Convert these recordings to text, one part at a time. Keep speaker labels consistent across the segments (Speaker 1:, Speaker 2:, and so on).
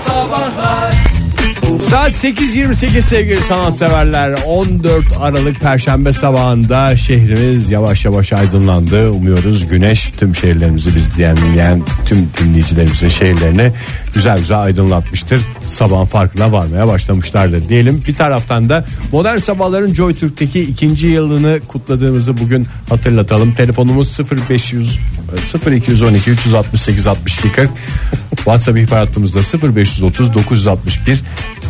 Speaker 1: sabahlar
Speaker 2: Saat 8.28 sevgili sanatseverler 14 Aralık Perşembe sabahında şehrimiz yavaş yavaş aydınlandı Umuyoruz güneş tüm şehirlerimizi biz diyen diyen tüm dinleyicilerimizin şehirlerini güzel güzel aydınlatmıştır Sabahın farkına varmaya başlamışlardır diyelim Bir taraftan da modern sabahların Joy Türk'teki ikinci yılını kutladığımızı bugün hatırlatalım Telefonumuz 0500 0212 368 62 40 WhatsApp ihbar hattımızda 0530 961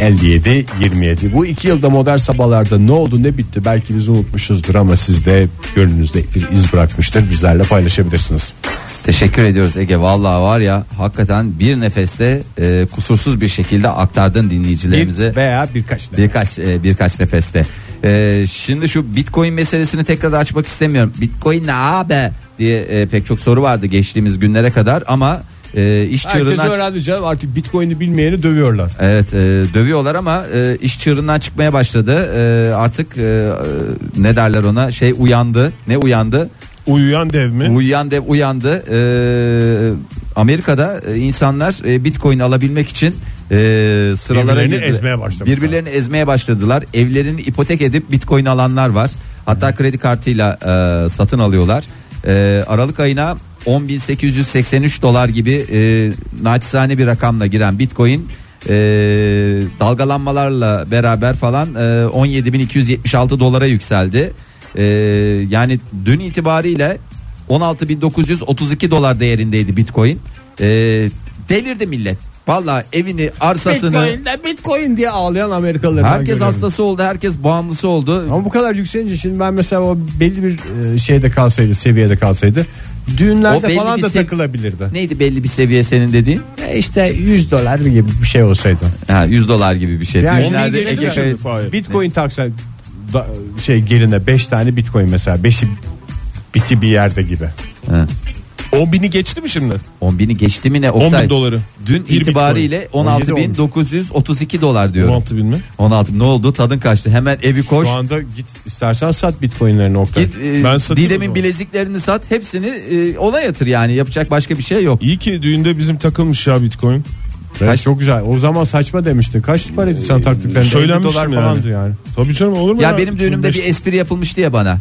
Speaker 2: 57 27 Bu iki yılda modern sabahlarda ne oldu ne bitti belki biz unutmuşuzdur ama siz de gönlünüzde bir iz bırakmıştır bizlerle paylaşabilirsiniz.
Speaker 3: Teşekkür ediyoruz Ege. Vallahi var ya hakikaten bir nefeste e, kusursuz bir şekilde aktardın
Speaker 2: Bir
Speaker 3: dinleyicilerimize.
Speaker 2: veya birkaç tane.
Speaker 3: Birkaç e, birkaç nefeste. E, şimdi şu Bitcoin meselesini tekrar açmak istemiyorum. Bitcoin ne abi diye e, pek çok soru vardı geçtiğimiz günlere kadar ama e, iş
Speaker 2: Herkes
Speaker 3: çığırından
Speaker 2: öğrendi canım artık bitcoin'i bilmeyeni dövüyorlar.
Speaker 3: Evet e, dövüyorlar ama e, iş çığırından çıkmaya başladı. E, artık e, e, ne derler ona şey uyandı. Ne uyandı?
Speaker 4: Uyuyan dev mi?
Speaker 3: Uyuyan dev uyandı. E, Amerika'da e, insanlar e, Bitcoin alabilmek için e, sıralara
Speaker 4: Birbirlerini
Speaker 3: girdi.
Speaker 4: ezmeye başlamışlar.
Speaker 3: Birbirlerini ezmeye başladılar. Evlerini ipotek edip Bitcoin alanlar var. Hatta kredi kartıyla e, satın alıyorlar. E, Aralık ayına 10.883 dolar gibi e, naçizane bir rakamla giren Bitcoin e, dalgalanmalarla beraber falan e, 17.276 dolara yükseldi. E, yani dün itibariyle 16.932 dolar değerindeydi Bitcoin. E, delirdi millet. Valla evini, arsasını...
Speaker 2: Bitcoin'de bitcoin diye ağlayan Amerikalılar.
Speaker 3: Herkes hastası oldu, herkes bağımlısı oldu.
Speaker 2: Ama bu kadar yükselince şimdi ben mesela o belli bir e, şeyde kalsaydı seviyede kalsaydı
Speaker 3: O
Speaker 2: düğünlerde
Speaker 3: belli
Speaker 2: falan
Speaker 3: bir
Speaker 2: da
Speaker 3: sev-
Speaker 2: takılabilirdi.
Speaker 3: Neydi belli bir seviye senin dediğin?
Speaker 2: E İşte 100 dolar gibi bir şey olsaydı.
Speaker 3: Ha, 100 dolar gibi bir şey.
Speaker 2: Yani
Speaker 3: Düğünlerde
Speaker 2: on bin
Speaker 3: Ege
Speaker 2: geçti
Speaker 3: Kaya-
Speaker 4: şimdi Fahir.
Speaker 2: e, şey, Bitcoin taksan da- şey geline 5 tane bitcoin mesela 5'i biti bir yerde gibi.
Speaker 3: Ha,
Speaker 4: 10 bini geçti mi şimdi?
Speaker 3: 10 bini geçti mi ne?
Speaker 4: 10
Speaker 3: Oktay?
Speaker 4: bin doları.
Speaker 3: Dün
Speaker 4: Bir
Speaker 3: itibariyle 16.932 dolar diyorum.
Speaker 4: 16 bin mi?
Speaker 3: 16 bin. ne oldu? Tadın kaçtı. Hemen evi koş.
Speaker 2: Şu anda git istersen sat bitcoinlerini Oktay.
Speaker 3: Git e,
Speaker 4: Ben satayım o
Speaker 3: Didem'in
Speaker 4: zaman.
Speaker 3: bileziklerini sat. Hepsini e, ona yatır yani. Yapacak başka bir şey yok.
Speaker 4: İyi ki düğünde bizim takılmış ya bitcoin.
Speaker 2: Evet, çok güzel. O zaman saçma demiştin. Kaç paraydı sen taktıklarında? 50
Speaker 4: Söylenmiştim
Speaker 2: dolar
Speaker 4: yani.
Speaker 2: falandı yani.
Speaker 4: Tabii canım olur mu?
Speaker 3: Ya benim düğünümde bir espri yapılmıştı ya bana.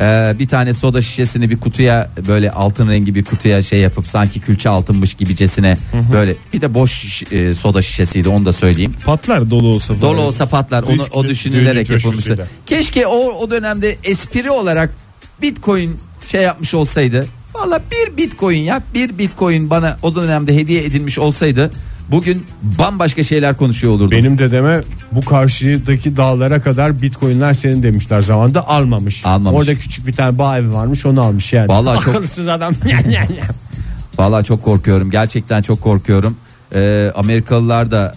Speaker 3: Ee, bir tane soda şişesini bir kutuya böyle altın rengi bir kutuya şey yapıp sanki külçe altınmış gibicesine böyle bir de boş şiş- e, soda şişesiydi onu da söyleyeyim.
Speaker 4: patlar dolu olsa. falan.
Speaker 3: Dolu olsa patlar onu
Speaker 4: Riskli
Speaker 3: o düşünülerek
Speaker 4: düğünün
Speaker 3: yapılmıştı.
Speaker 4: coşkusuyla.
Speaker 3: Keşke o o dönemde espri olarak Bitcoin şey yapmış olsaydı. Valla bir Bitcoin ya bir Bitcoin bana o dönemde hediye edilmiş olsaydı bugün bambaşka şeyler konuşuyor olurdum.
Speaker 2: Benim dedeme bu karşıdaki dağlara kadar bitcoinler senin demişler zamanda almamış.
Speaker 3: Almamış.
Speaker 2: Orada küçük bir tane bağ evi varmış onu almış yani.
Speaker 3: Vallahi çok-
Speaker 2: Akılsız adam.
Speaker 3: Vallahi çok korkuyorum. Gerçekten çok korkuyorum. Ee, Amerikalılar da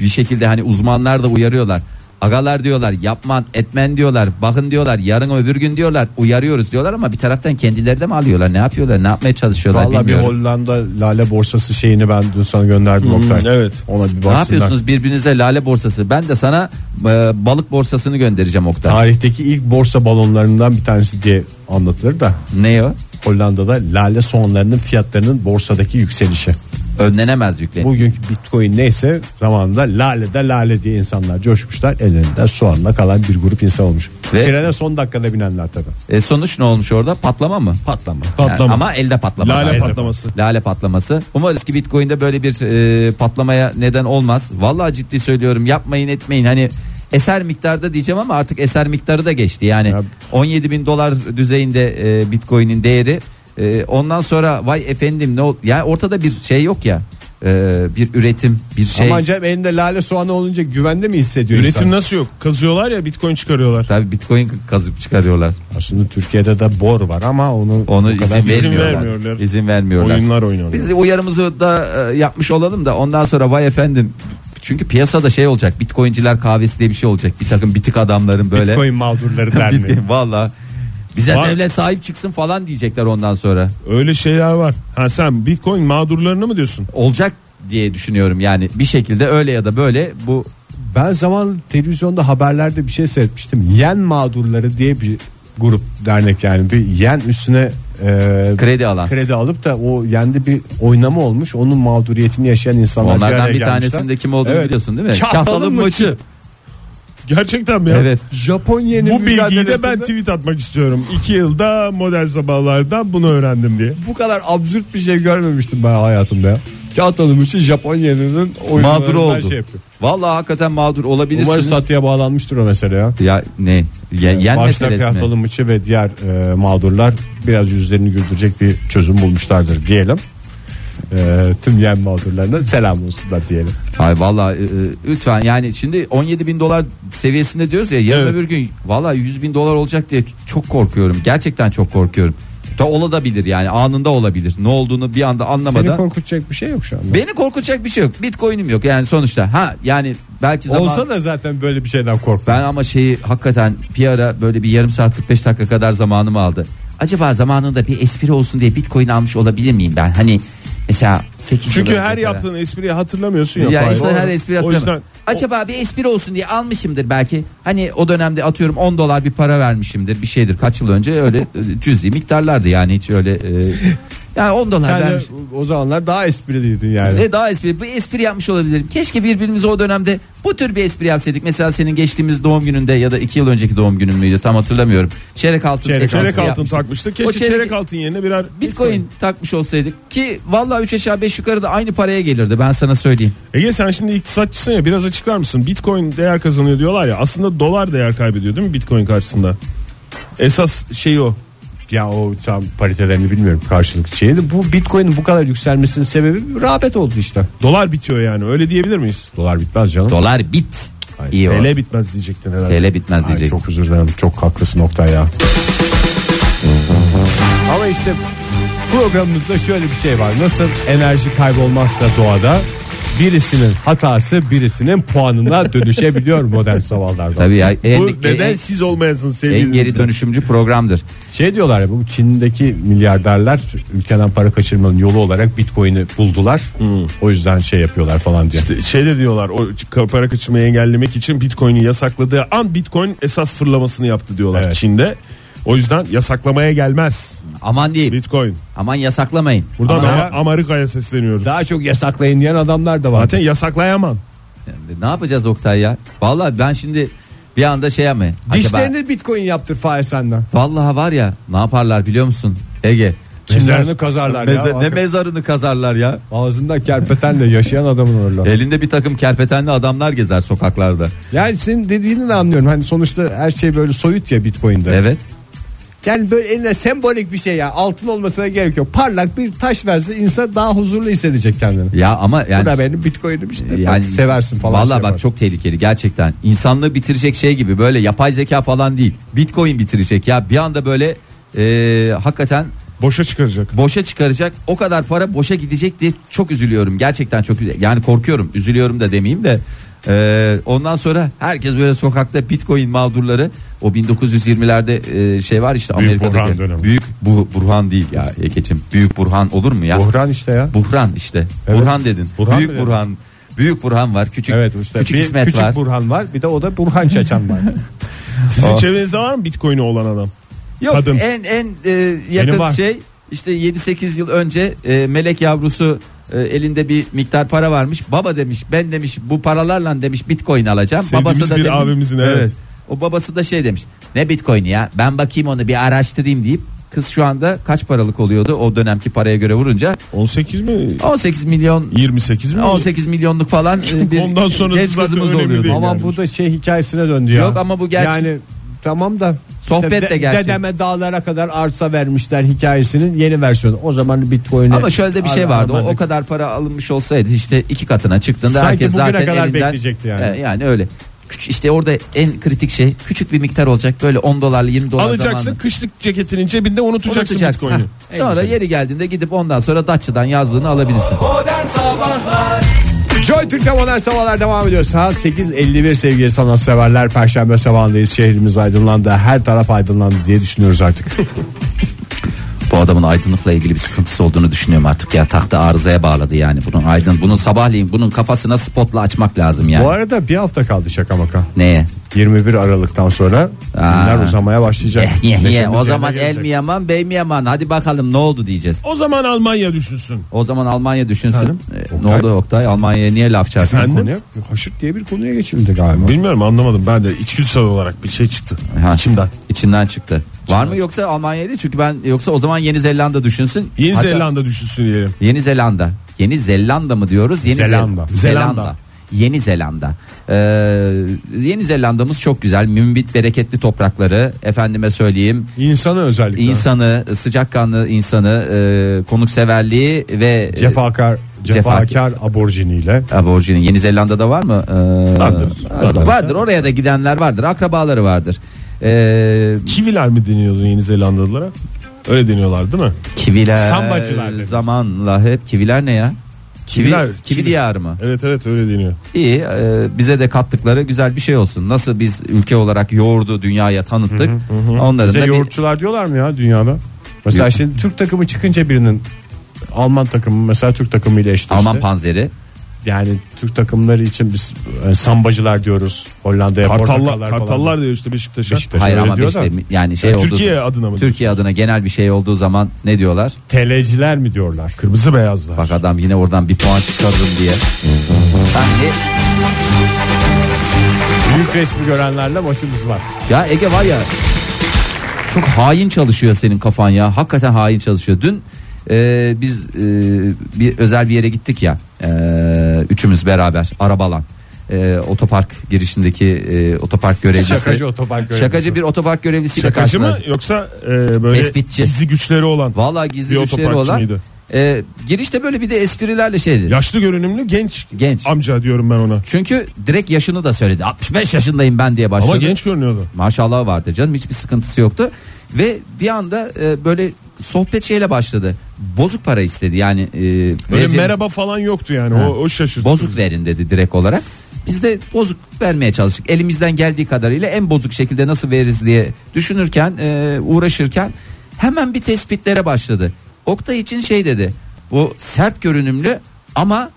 Speaker 3: e, bir şekilde hani uzmanlar da uyarıyorlar. Agalar diyorlar yapman etmen diyorlar bakın diyorlar yarın öbür gün diyorlar uyarıyoruz diyorlar ama bir taraftan kendileri de mi alıyorlar ne yapıyorlar ne yapmaya çalışıyorlar
Speaker 2: Vallahi bir
Speaker 3: bilmiyorum. Hmm,
Speaker 2: Hollanda lale borsası şeyini ben dün sana gönderdim Oktay.
Speaker 4: evet.
Speaker 2: Ona bir
Speaker 3: ne
Speaker 2: baksınlar.
Speaker 3: yapıyorsunuz birbirinize lale borsası ben de sana e, balık borsasını göndereceğim Oktay.
Speaker 2: Tarihteki ilk borsa balonlarından bir tanesi diye anlatılır da
Speaker 3: Ne o?
Speaker 2: Hollanda'da lale soğanlarının fiyatlarının borsadaki yükselişi.
Speaker 3: Önlenemez yükleniyor.
Speaker 2: Bugünkü bitcoin neyse zamanında lale de lale diye insanlar coşmuşlar. Ellerinde soğanla kalan bir grup insan olmuş.
Speaker 3: Ve-
Speaker 2: Trene son dakikada binenler tabii.
Speaker 3: E, sonuç ne olmuş orada patlama mı? Patlama.
Speaker 4: Patlama.
Speaker 3: ama elde patlama.
Speaker 4: Lale
Speaker 3: Elde
Speaker 4: patlaması.
Speaker 3: Lale patlaması. Umarız ki Bitcoin'de böyle bir e, patlamaya neden olmaz. Vallahi ciddi söylüyorum yapmayın etmeyin. Hani eser miktarda diyeceğim ama artık eser miktarı da geçti. Yani
Speaker 2: Ya-
Speaker 3: 17 bin dolar düzeyinde e, Bitcoin'in değeri. E, ondan sonra vay efendim ne ol Yani ortada bir şey yok ya. E, bir üretim bir şey.
Speaker 2: Aman canım elinde lale soğanı olunca güvende mi hissediyor
Speaker 4: Üretim
Speaker 2: insan?
Speaker 4: nasıl yok? Kazıyorlar ya bitcoin çıkarıyorlar.
Speaker 3: Tabii Bitcoin kazıp çıkarıyorlar.
Speaker 2: Aslında Türkiye'de de bor var ama onu,
Speaker 3: Onu
Speaker 2: o
Speaker 3: izin
Speaker 2: kadar
Speaker 3: vermiyorlar. İzin vermiyorlar.
Speaker 4: vermiyorlar.
Speaker 3: Oyunlar
Speaker 4: Oyunlar oynanıyor.
Speaker 3: Biz de uyarımızı da e, yapmış olalım da ondan sonra vay efendim. Çünkü piyasada şey olacak. Bitcoinciler kahvesi diye bir şey olacak. Bir takım bitik adamların böyle.
Speaker 2: bitcoin mağdurları der mi?
Speaker 3: Bitcoin valla. Bize
Speaker 4: Var.
Speaker 3: devlet sahip çıksın falan diyecekler ondan sonra.
Speaker 4: Öyle şeyler var. Ha sen bitcoin mağdurlarını mı diyorsun?
Speaker 3: Olacak diye düşünüyorum yani. Bir şekilde öyle ya da böyle bu
Speaker 2: Ben zaman televizyonda haberlerde bir şey seyretmiştim. Yen mağdurları diye bir grup dernek yani bir yen üstüne e,
Speaker 3: Kredi alan.
Speaker 2: kredi alıp da o yende bir oynama olmuş. Onun mağduriyetini yaşayan insanlar
Speaker 3: Onlardan
Speaker 2: araya
Speaker 3: bir
Speaker 2: gelmişler.
Speaker 3: tanesinde kim olduğunu
Speaker 2: Evet.
Speaker 3: biliyorsun değil mi?
Speaker 2: Kahtalı
Speaker 3: Kahtalı
Speaker 2: maçı.
Speaker 3: maçı.
Speaker 4: Gerçekten mi ya?
Speaker 3: Evet.
Speaker 2: Japonya'nın
Speaker 4: Bu bilgiyi de ben
Speaker 2: mücadelesinde-
Speaker 4: tweet atmak istiyorum. İki yılda model sabahlarda bunu öğrendim diye.
Speaker 2: bu kadar absürt bir şey görmemiştim ben hayatımda ya. Kağıt alım için Japonya'nın oyunlarından
Speaker 3: Mağdur oldu.
Speaker 2: Şey yapıyor.
Speaker 3: Vallahi hakikaten mağdur olabilirsiniz.
Speaker 2: Umarız tatlıya bağlanmıştır o mesele ya.
Speaker 3: Ya ne? Ye- yen
Speaker 2: Başta
Speaker 3: meselesi
Speaker 2: kağıt
Speaker 3: mi?
Speaker 2: alımıçı ve diğer e, mağdurlar biraz yüzlerini güldürecek bir çözüm bulmuşlardır diyelim. E, tüm yen mağdurlarına selam olsunlar diyelim.
Speaker 3: Ay vallahi e, e, lütfen yani şimdi 17 bin dolar seviyesinde diyoruz ya yarın
Speaker 4: Evet.
Speaker 3: öbür gün vallahi 100 bin dolar olacak diye çok korkuyorum. Gerçekten çok korkuyorum. Da olabilir yani anında olabilir. Ne olduğunu bir anda
Speaker 2: Seni
Speaker 3: anlamadan.
Speaker 2: korkutacak bir şey yok şu anda.
Speaker 3: Beni korkutacak bir şey yok. Bitcoin'im yok yani sonuçta. Ha yani belki zaman...
Speaker 2: Olsa da zaten böyle bir şeyden kork.
Speaker 3: Ben ama şeyi hakikaten bir ara böyle bir yarım saat 45 dakika kadar zamanımı aldı. Acaba zamanında bir espri olsun diye bitcoin almış olabilir miyim ben? Hani mesela 8
Speaker 4: Çünkü
Speaker 3: yıl önce
Speaker 4: her
Speaker 3: falan.
Speaker 4: yaptığın espriyi hatırlamıyorsun ya.
Speaker 3: ya
Speaker 4: Fahir.
Speaker 3: insan her
Speaker 4: Doğru.
Speaker 3: espri
Speaker 4: O
Speaker 3: hatırlamıyor.
Speaker 4: yüzden
Speaker 3: Acaba bir espri olsun diye almışımdır belki. Hani o dönemde atıyorum 10 dolar bir para vermişimdir bir şeydir. Kaç yıl önce öyle e, cüzi miktarlardı yani hiç öyle e, yani 10 dolar
Speaker 2: Sen de
Speaker 3: vermiş.
Speaker 2: o zamanlar daha espriliydin yani.
Speaker 3: Ne daha espri? Bir espri yapmış olabilirim. Keşke birbirimize o dönemde bu tür bir espri yapsaydık. Mesela senin geçtiğimiz doğum gününde ya da iki yıl önceki doğum günün müydü tam hatırlamıyorum. Çeyrek altın
Speaker 4: çeyrek,
Speaker 3: esprisi
Speaker 4: çeyrek altın
Speaker 3: yapmıştık.
Speaker 4: takmıştı. Keşke
Speaker 3: O
Speaker 4: çeyrek,
Speaker 3: çeyrek-
Speaker 4: altın yerine birer
Speaker 3: Bitcoin takmış olsaydık ki vallahi 3 aşağı 5 yukarı da aynı paraya gelirdi ben sana söyleyeyim.
Speaker 4: Ege E sen şimdi iktisatçısın ya biraz açıklar mısın? Bitcoin değer kazanıyor diyorlar ya. Aslında dolar değer kaybediyor değil mi Bitcoin karşısında? Esas şey o.
Speaker 2: Ya o tam paritelerini bilmiyorum karşılık şeydi. Bu Bitcoin'in bu kadar yükselmesinin sebebi rağbet oldu işte.
Speaker 4: Dolar bitiyor yani. Öyle diyebilir miyiz?
Speaker 2: Dolar bitmez canım.
Speaker 3: Dolar bit. İyi o.
Speaker 4: TL bitmez diyecektin herhalde.
Speaker 3: TL bitmez
Speaker 2: Ay,
Speaker 3: diyecek.
Speaker 2: çok özür dilerim. Çok haklısın Oktay ya. Ama işte programımızda şöyle bir şey var. Nasıl enerji kaybolmazsa doğada birisinin hatası birisinin puanına dönüşebiliyor modern sabahlarda.
Speaker 3: Tabii ya. En,
Speaker 4: Bu
Speaker 3: en-
Speaker 4: neden siz olmayasın sevgili
Speaker 3: en e, geri
Speaker 4: dinleyiciler?
Speaker 3: dönüşümcü programdır.
Speaker 2: Şey diyorlar ya bu Çin'deki milyarderler ülkeden para kaçırmanın yolu olarak Bitcoin'i buldular. O yüzden şey yapıyorlar falan diye.
Speaker 4: İşte şey de diyorlar o ç- para kaçırmayı engellemek için Bitcoin'i yasakladığı an Bitcoin esas fırlamasını yaptı diyorlar
Speaker 2: Evet.
Speaker 4: Çin'de. O yüzden yasaklamaya gelmez
Speaker 3: Aman değil.
Speaker 4: Bitcoin.
Speaker 3: Aman yasaklamayın.
Speaker 4: Buradan
Speaker 3: Aman-
Speaker 4: Ama- Amerika'ya sesleniyoruz.
Speaker 2: daha çok yasaklayın diyen adamlar da var.
Speaker 4: Zaten yasaklayamam.
Speaker 3: ne yapacağız Oktay ya? Vallahi ben şimdi bir anda şey mi?
Speaker 2: Dişlerini Bitcoin yaptır Fahir senden.
Speaker 3: Vallahi var ya ne yaparlar biliyor musun Ege?
Speaker 2: Mezarını kazarlar ya.
Speaker 3: Meze- ne mezarını kazarlar ya.
Speaker 2: Ağzında kerpetenle yaşayan adamın olurlar.
Speaker 3: Elinde bir takım kerpetenli adamlar gezer sokaklarda.
Speaker 2: Yani senin dediğini de anlıyorum. Hani sonuçta her şey böyle soyut ya Bitcoin'de.
Speaker 3: Evet.
Speaker 2: Yani böyle eline sembolik bir şey ya. Altın olmasına gerek yok. Parlak bir taş verse insan daha huzurlu hissedecek kendini.
Speaker 3: Ya ama yani
Speaker 2: Bu da benim Bitcoin'im işte.
Speaker 3: yani
Speaker 2: seversin falan.
Speaker 3: Vallahi
Speaker 2: şey
Speaker 3: bak
Speaker 2: yapar.
Speaker 3: çok tehlikeli gerçekten. İnsanlığı bitirecek şey gibi böyle yapay zeka falan değil. Bitcoin bitirecek ya bir anda böyle e, hakikaten
Speaker 4: Boşa çıkaracak.
Speaker 3: boşa çıkaracak. O kadar para boşa gidecek diye çok üzülüyorum. Gerçekten çok üzü- yani korkuyorum. Üzülüyorum da demeyeyim de. Ee, ondan sonra herkes böyle sokakta Bitcoin mağdurları o 1920'lerde e, şey var işte
Speaker 4: Büyük
Speaker 3: Amerika'daki
Speaker 4: Burhan dönemi.
Speaker 3: büyük bu Burhan değil ya Ege'cim. Büyük Burhan olur mu ya?
Speaker 2: Buhran işte ya.
Speaker 3: Buhran işte.
Speaker 2: Evet.
Speaker 3: Burhan dedin.
Speaker 2: Burhan
Speaker 3: büyük
Speaker 2: mı dedin?
Speaker 3: Burhan. Büyük Burhan var. Küçük
Speaker 2: Evet işte
Speaker 3: küçük
Speaker 2: bir
Speaker 3: İsmet
Speaker 2: küçük
Speaker 3: var.
Speaker 2: Burhan var bir de o da Burhan Çeçen var.
Speaker 4: Sizin
Speaker 3: Aa.
Speaker 4: çevrenizde var mı Bitcoin'i olan adam?
Speaker 3: Yok
Speaker 4: Kadın.
Speaker 3: en en e,
Speaker 4: Benim
Speaker 3: yakın
Speaker 4: var.
Speaker 3: şey işte 7-8 yıl önce e, melek yavrusu e, elinde bir miktar para varmış. Baba demiş ben demiş bu paralarla demiş bitcoin alacağım.
Speaker 4: Sevdiğimiz
Speaker 3: babası da
Speaker 4: bir
Speaker 3: demiş-
Speaker 4: abimizin, evet.
Speaker 3: O babası da şey demiş. Ne bitcoin'i ya ben bakayım onu bir araştırayım deyip kız şu anda kaç paralık oluyordu o dönemki paraya göre vurunca
Speaker 4: 18 mi?
Speaker 3: 18 milyon
Speaker 4: 28 mi?
Speaker 3: 18 milyonluk falan e, bir
Speaker 4: Ondan sonrası
Speaker 3: genç
Speaker 4: zaten
Speaker 3: kızımız
Speaker 4: önemli
Speaker 3: oluyordu.
Speaker 4: değil.
Speaker 2: ama
Speaker 4: yani.
Speaker 2: bu da şey hikayesine döndü ya.
Speaker 3: Yok ama bu gerçek.
Speaker 2: Yani tamam da
Speaker 3: Sohbet
Speaker 2: işte
Speaker 3: de gerçek.
Speaker 2: Dedeme dağlara kadar arsa vermişler hikayesinin yeni versiyonu. O zaman Bitcoin'e
Speaker 3: Ama şöyle de bir şey
Speaker 2: Ar-
Speaker 3: vardı. O,
Speaker 2: armadık.
Speaker 3: o kadar para alınmış olsaydı işte iki katına çıktığında
Speaker 2: Sanki
Speaker 3: herkes
Speaker 2: bugüne
Speaker 3: zaten
Speaker 2: kadar
Speaker 3: elinden,
Speaker 2: bekleyecekti yani.
Speaker 3: E, yani öyle. Küç, işte orada en kritik şey küçük bir miktar olacak. Böyle 10 dolarlı 20 dolar
Speaker 4: Alacaksın
Speaker 3: zamanlı.
Speaker 4: kışlık ceketinin cebinde unutacaksın,
Speaker 3: Unutacaksın.
Speaker 4: Bitcoin'i.
Speaker 3: Hah. Sonra yeri geldiğinde gidip ondan sonra Datça'dan yazdığını alabilirsin.
Speaker 2: Joy Türk'te modern sabahlar devam ediyor. Saat 8.51 sevgili sanatseverler. Perşembe sabahındayız. Şehrimiz aydınlandı. Her taraf aydınlandı diye düşünüyoruz artık.
Speaker 3: Bu adamın aydınlıkla ilgili bir sıkıntısı olduğunu düşünüyorum artık ya. Tahta arızaya bağladı yani. Bunun aydın, bunun sabahleyin bunun kafasına spotla açmak lazım yani.
Speaker 2: Bu arada bir hafta kaldı şaka maka.
Speaker 3: Neye?
Speaker 2: 21 Aralık'tan sonra günler uzamaya başlayacak.
Speaker 3: Eh, yeh, yeh.
Speaker 2: Neşemiz
Speaker 3: O
Speaker 2: yerine
Speaker 3: zaman el
Speaker 2: gelecek.
Speaker 3: mi yaman bey mi yaman hadi bakalım ne oldu diyeceğiz.
Speaker 5: O zaman Almanya düşünsün.
Speaker 3: O zaman Almanya düşünsün.
Speaker 5: Efendim?
Speaker 3: Eh, ne oldu Oktay Almanya'ya niye laf çarptın?
Speaker 5: Efendim?
Speaker 2: Konuya, haşırt diye bir konuya geçildi galiba.
Speaker 5: Bilmiyorum anlamadım ben de içgüdüsel olarak bir şey çıktı
Speaker 3: Ha,
Speaker 5: içimden.
Speaker 3: İçinden çıktı. Var mı yoksa Almanya'ydı çünkü ben yoksa o zaman Yeni Zelanda düşünsün.
Speaker 5: Yeni
Speaker 3: Hatta-
Speaker 5: Zelanda düşünsün diyelim.
Speaker 3: Yeni Zelanda. Yeni Zelanda mı diyoruz? Yeni Zel-
Speaker 2: Zelanda.
Speaker 3: Zelanda. Yeni Zelanda. Ee, Yeni Zelanda'mız çok güzel. Mümbit bereketli toprakları. Efendime söyleyeyim.
Speaker 2: İnsanı özellikle.
Speaker 3: insanı, sıcakkanlı insanı, e, konukseverliği ve e,
Speaker 2: Cefakar,
Speaker 3: Cefakar.
Speaker 2: cefakar aborjiniyle.
Speaker 3: aborjinin. Yeni Zelanda'da var mı? Ee,
Speaker 5: Vardır.
Speaker 3: Vardır. Vardır. Oraya da gidenler vardır. Akrabaları vardır. Ee,
Speaker 5: Kiviler mi deniyordu Yeni Zelandalılara? Öyle deniyorlar değil mi?
Speaker 3: kiviler
Speaker 5: Sambacılar dedi.
Speaker 3: zamanla hep kiviler ne ya? Kivi,
Speaker 5: Kiviler,
Speaker 3: kivi,
Speaker 5: kivi.
Speaker 3: diyarı mı?
Speaker 5: Evet evet öyle deniyor.
Speaker 3: İyi e, bize de kattıkları güzel bir şey olsun. Nasıl biz ülke olarak yoğurdu dünyaya tanıttık. Onların
Speaker 2: Bize
Speaker 3: da bir-
Speaker 2: yoğurtçular diyorlar mı ya dünyada? Mesela
Speaker 3: Yok.
Speaker 2: şimdi Türk takımı çıkınca birinin Alman takımı mesela Türk takımı ile eşleşti.
Speaker 3: Alman panzeri.
Speaker 2: yani Türk takımları için biz e, sambacılar diyoruz. Hollanda'ya
Speaker 5: Kartallar,
Speaker 2: portakallar falan.
Speaker 5: kartallar diyor işte Beşiktaş'a.
Speaker 2: Beşiktaş'a.
Speaker 3: Hayır
Speaker 2: öyle
Speaker 3: ama
Speaker 2: diyor
Speaker 3: işte
Speaker 2: da.
Speaker 3: mi- yani şey
Speaker 5: Ya
Speaker 3: olduğu
Speaker 5: Türkiye adına mı
Speaker 3: Türkiye adına genel bir şey olduğu zaman ne diyorlar?
Speaker 2: Teleciler mi diyorlar?
Speaker 5: Kırmızı beyazlar.
Speaker 3: Bak adam yine oradan bir puan çıkarırım diye. Ben de-
Speaker 2: Büyük resmi görenlerle maçımız var.
Speaker 3: Ya Ege var ya çok hain çalışıyor senin kafan ya. Hakikaten hain çalışıyor. Dün e, biz e, bir özel bir yere gittik ya. E, üçümüz beraber arabalan. E, otopark girişindeki e, otopark görevlisi.
Speaker 2: Şakacı otopark görevlisi.
Speaker 3: Şakacı bir otopark görevlisiyle
Speaker 5: Şakacı mı
Speaker 3: karşılaştık.
Speaker 5: yoksa e, böyle
Speaker 3: Tespitçi.
Speaker 5: gizli güçleri olan
Speaker 3: Vallahi
Speaker 5: bir
Speaker 3: gizli güçleri
Speaker 5: otoparkçı
Speaker 3: olan.
Speaker 5: mıydı?
Speaker 3: E, girişte böyle bir de esprilerle şey dedi.
Speaker 5: Yaşlı görünümlü genç
Speaker 3: Genç.
Speaker 5: amca diyorum ben ona.
Speaker 3: Çünkü direkt yaşını da söyledi. 65 yaşındayım ben diye başladı.
Speaker 5: Ama genç görünüyordu.
Speaker 3: maşallah vardı canım hiçbir sıkıntısı yoktu ve bir anda e, böyle sohbet şeyle başladı bozuk para istedi yani e,
Speaker 5: Böyle
Speaker 3: vereceğiniz-
Speaker 5: merhaba falan yoktu yani
Speaker 3: Ha.
Speaker 5: o, o şaşırttı.
Speaker 3: bozuk verin dedi direkt olarak biz de bozuk vermeye çalıştık elimizden geldiği kadarıyla en bozuk şekilde nasıl veririz diye düşünürken e, uğraşırken hemen bir tespitlere başladı Oktay için şey dedi bu sert görünümlü ama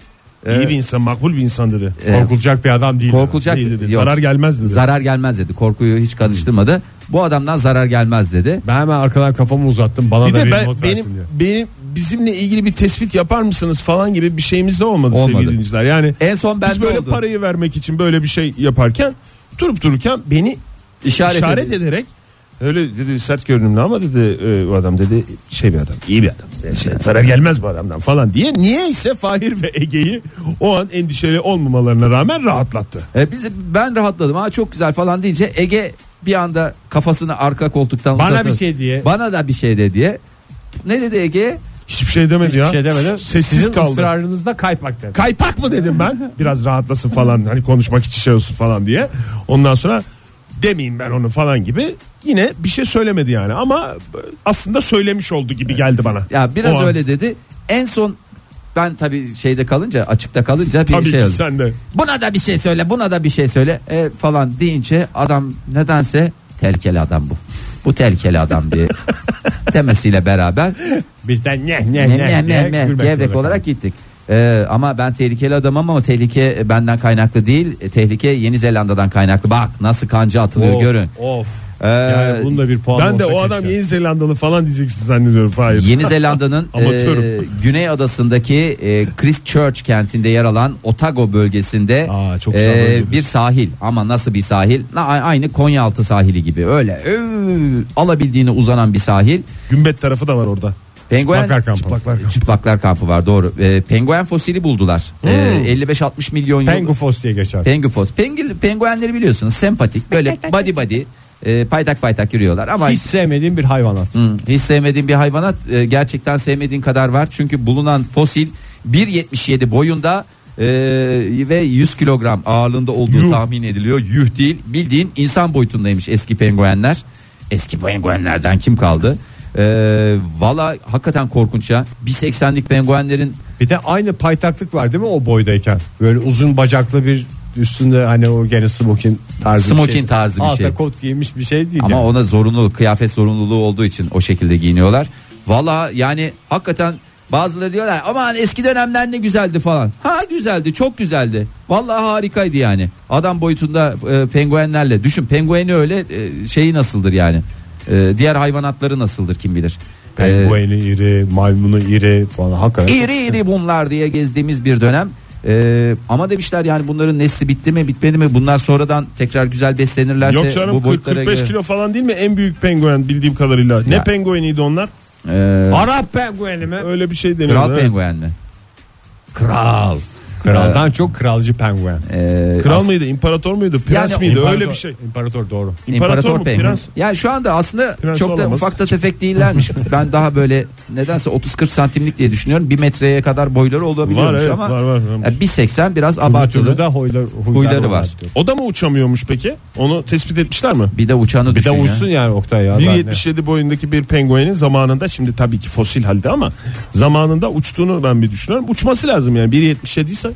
Speaker 3: e,
Speaker 5: İyi bir insan makbul bir insan dedi.
Speaker 3: e,
Speaker 2: Korkulacak bir adam değil.
Speaker 3: korkulacak
Speaker 5: Değil dedi.
Speaker 3: yok.
Speaker 5: Zarar gelmez dedi.
Speaker 3: zarar gelmez dedi korkuyu hiç karıştırmadı bu adamdan zarar gelmez dedi
Speaker 2: Ben hemen arkadan kafamı uzattım. Bana
Speaker 5: bir
Speaker 2: da
Speaker 5: de
Speaker 2: bir
Speaker 5: ben,
Speaker 2: not versin
Speaker 5: benim,
Speaker 2: diye.
Speaker 5: benim bizimle ilgili bir tespit yapar mısınız falan gibi bir şeyimiz de olmadı,
Speaker 3: Olmadı.
Speaker 5: sevgili dinleyiciler. Yani
Speaker 3: En son
Speaker 5: biz
Speaker 3: bende
Speaker 5: böyle
Speaker 3: oldu.
Speaker 5: parayı vermek için böyle bir şey yaparken durup dururken beni
Speaker 3: İşaret
Speaker 5: işaret,
Speaker 3: edin.
Speaker 5: ederek öyle dedi sert görünümlü ama dedi e, o adam dedi şey bir adam iyi bir adam Yani şey, zarar gelmez bu adamdan falan diye niyeyse Fahir ve Ege'yi o an endişeli olmamalarına rağmen rahatlattı.
Speaker 3: E bizi ben rahatladım ha çok güzel falan deyince Ege bir anda kafasını arka koltuktan
Speaker 2: Bana
Speaker 3: uzattı.
Speaker 2: bir şey diye.
Speaker 3: Bana da bir şey de diye. Ne dedi Ege?
Speaker 5: Hiçbir şey demedi ya.
Speaker 2: Bir şey demedim.
Speaker 5: Sessiz
Speaker 2: Sizin
Speaker 5: kaldı.
Speaker 2: ısrarınızda kaypak dedi.
Speaker 5: Kaypak mı dedim ben? Biraz rahatlasın falan hani konuşmak için şey olsun falan diye. Ondan sonra demeyeyim ben onu falan gibi yine bir şey söylemedi yani ama aslında söylemiş oldu gibi geldi bana.
Speaker 3: Ya biraz
Speaker 5: O an.
Speaker 3: öyle dedi. En son ben tabii şeyde kalınca açıkta kalınca bir
Speaker 5: Tabii
Speaker 3: şey
Speaker 5: ki
Speaker 3: oldu.
Speaker 5: sen de.
Speaker 3: Buna da bir şey söyle buna da bir şey söyle e, falan deyince adam nedense tehlikeli adam bu. Bu tehlikeli adam diye demesiyle beraber
Speaker 2: Bizden ne ne
Speaker 3: Ne,
Speaker 2: ne,
Speaker 3: ne, ne,
Speaker 2: diye
Speaker 3: ne,
Speaker 2: gülmek
Speaker 3: gevrek
Speaker 2: zorunda
Speaker 3: olarak gittik. Ee, ama ben tehlikeli adamım ama tehlike benden kaynaklı değil. E, Tehlike Yeni Zelanda'dan kaynaklı. Bak nasıl kanca atılıyor
Speaker 2: kaldım.
Speaker 3: görün.
Speaker 2: Of.
Speaker 3: Ee,
Speaker 2: Yani bunun da bir puan
Speaker 5: Ben de
Speaker 2: olsa
Speaker 5: o adam
Speaker 2: keşke.
Speaker 5: Yeni Zelandalı falan diyeceksin zannediyorum Fahir.
Speaker 3: Yeni Zelanda'nın e,
Speaker 5: Amatörüm.
Speaker 3: güney adasındaki e, Christchurch kentinde yer alan Otago bölgesinde
Speaker 5: Aa, çok
Speaker 3: e,
Speaker 5: güzel bölge.
Speaker 3: bir sahil ama nasıl bir sahil? Na- Aynı Konyaaltı sahili gibi öyle öv, alabildiğini uzanan bir sahil.
Speaker 5: Gümbet tarafı da var orada.
Speaker 3: Penguen
Speaker 2: Çıplaklar kampı.
Speaker 5: Çıplaklar.
Speaker 3: Çıplaklar kampı var doğru. Ee, penguen fosili buldular.
Speaker 5: Hmm.
Speaker 3: Ee, 55-60 milyon yıl.
Speaker 2: Pengufos diye geçer.
Speaker 3: Pengufos. Pengil, penguenleri biliyorsunuz sempatik böyle body body e, paytak paytak yürüyorlar ama
Speaker 2: Hiç sevmediğim bir hayvanat.
Speaker 3: Hı, hiç sevmediğin bir hayvanat e, gerçekten sevmediğin kadar var. Çünkü bulunan fosil 1.77 boyunda e, ve 100 kilogram ağırlığında olduğu
Speaker 5: Yuh.
Speaker 3: tahmin ediliyor. Yuh değil bildiğin insan boyutundaymış eski penguenler. Eski penguenlerden kim kaldı? E, Valla hakikaten korkunç ya. 1.80'lik penguenlerin
Speaker 2: Bir de aynı paytaklık var değil mi o boydayken? Böyle uzun bacaklı bir üstünde hani o gene smokin tarzı bir şey.
Speaker 3: Smokin tarzı bir
Speaker 2: Alta
Speaker 3: şey.
Speaker 2: kot giymiş bir şey değil.
Speaker 3: Ama
Speaker 2: yani.
Speaker 3: ona zorunlu kıyafet zorunluluğu olduğu için o şekilde giyiniyorlar. Valla yani hakikaten Bazıları diyorlar aman eski dönemler ne güzeldi falan. Ha güzeldi çok güzeldi. Vallahi harikaydı yani. Adam boyutunda e, penguenlerle düşün pengueni öyle e, şeyi nasıldır yani. E, diğer hayvanatları nasıldır kim bilir. E,
Speaker 2: Pengueni iri, maymunu iri falan hakikaten.
Speaker 3: İri iri bunlar diye gezdiğimiz bir dönem. Ee, ama demişler yani bunların nesli bitti mi bitmedi mi bunlar sonradan tekrar güzel beslenirlerse
Speaker 5: Yok canım
Speaker 3: bu
Speaker 5: 40,
Speaker 3: boyutlara
Speaker 5: 45
Speaker 3: göre-
Speaker 5: kilo falan değil mi en büyük penguen bildiğim kadarıyla. Ne
Speaker 3: Ya.
Speaker 5: pengueniydi onlar?
Speaker 3: Ee,
Speaker 2: Arap pengueni mi?
Speaker 5: Öyle bir şey deniyor.
Speaker 3: kral penguen mi?
Speaker 2: Kral. Kraldan çok kralcı penguen.
Speaker 3: Ee,
Speaker 5: Kral mıydı, imparator muydu, prens
Speaker 3: Yani
Speaker 5: miydi?
Speaker 2: İmparator-
Speaker 5: Öyle bir şey.
Speaker 2: İmparator doğru.
Speaker 5: İmparator mu,
Speaker 3: penguen.
Speaker 5: prens?
Speaker 3: Yani şu anda aslında
Speaker 5: Prens
Speaker 3: çok da
Speaker 5: olamaz.
Speaker 3: ufak da tefek değillermiş. ben daha böyle nedense 30-40 santimlik diye düşünüyorum. Bir metreye kadar boyları
Speaker 5: Var
Speaker 3: olabiliyormuş
Speaker 5: evet,
Speaker 3: ama
Speaker 5: var var. var.
Speaker 3: yani 1.80 biraz
Speaker 2: Bir türlü
Speaker 3: abartılı.
Speaker 2: de huylar, huylar
Speaker 3: Huyları var.
Speaker 5: O da mı uçamıyormuş peki? Onu tespit etmişler mi?
Speaker 3: Bir de uçanı
Speaker 2: Bir de
Speaker 3: düşün ya.
Speaker 2: uçsun yani Oktay ya. ben de.
Speaker 5: 1.77 boyundaki bir penguenin zamanında şimdi tabii ki fosil halde ama zamanında uçtuğunu ben bir düşünüyorum. Uçması lazım yani 1.77 ise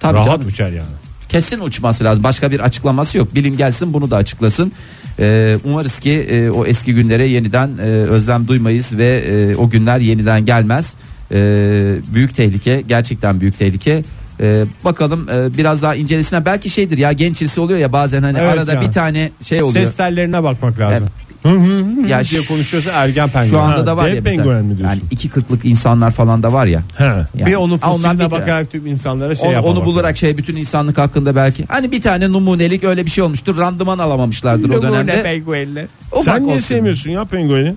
Speaker 3: Tabii
Speaker 2: Rahat
Speaker 3: canım.
Speaker 2: uçar yani.
Speaker 3: kesin uçması lazım. Başka bir açıklaması yok. Bilim gelsin bunu da açıklasın. Ee, umarız ki e, o eski günlere yeniden e, özlem duymayız ve e, o günler yeniden gelmez. Ee, büyük tehlike gerçekten büyük tehlike. Ee, bakalım e, biraz daha incelesine belki şeydir ya gençlisi oluyor ya bazen hani
Speaker 2: Evet
Speaker 3: arada
Speaker 2: ya.
Speaker 3: bir tane şey oluyor.
Speaker 2: Ses tellerine bakmak lazım.
Speaker 3: ya
Speaker 2: diye
Speaker 3: şu-
Speaker 2: konuşuyorsa ergen penguen.
Speaker 3: Şu anda
Speaker 5: Ha,
Speaker 3: da var
Speaker 5: dev
Speaker 3: ya mesela.
Speaker 5: penguen mi diyorsun?
Speaker 3: Yani iki kırklık insanlar falan da var ya.
Speaker 5: he.
Speaker 3: Yani,
Speaker 2: bir onun
Speaker 3: Ha, ondan
Speaker 2: fosiline
Speaker 3: bir-
Speaker 2: bakarak tüm insanlara şey
Speaker 3: onu,
Speaker 2: yapmak.
Speaker 3: onu bularak şey bütün insanlık hakkında belki. Hani bir tane numunelik öyle bir şey olmuştur. Randıman alamamışlardır o dönemde. O bak
Speaker 5: Sen niye
Speaker 3: olsun.
Speaker 5: sevmiyorsun ya pengueni?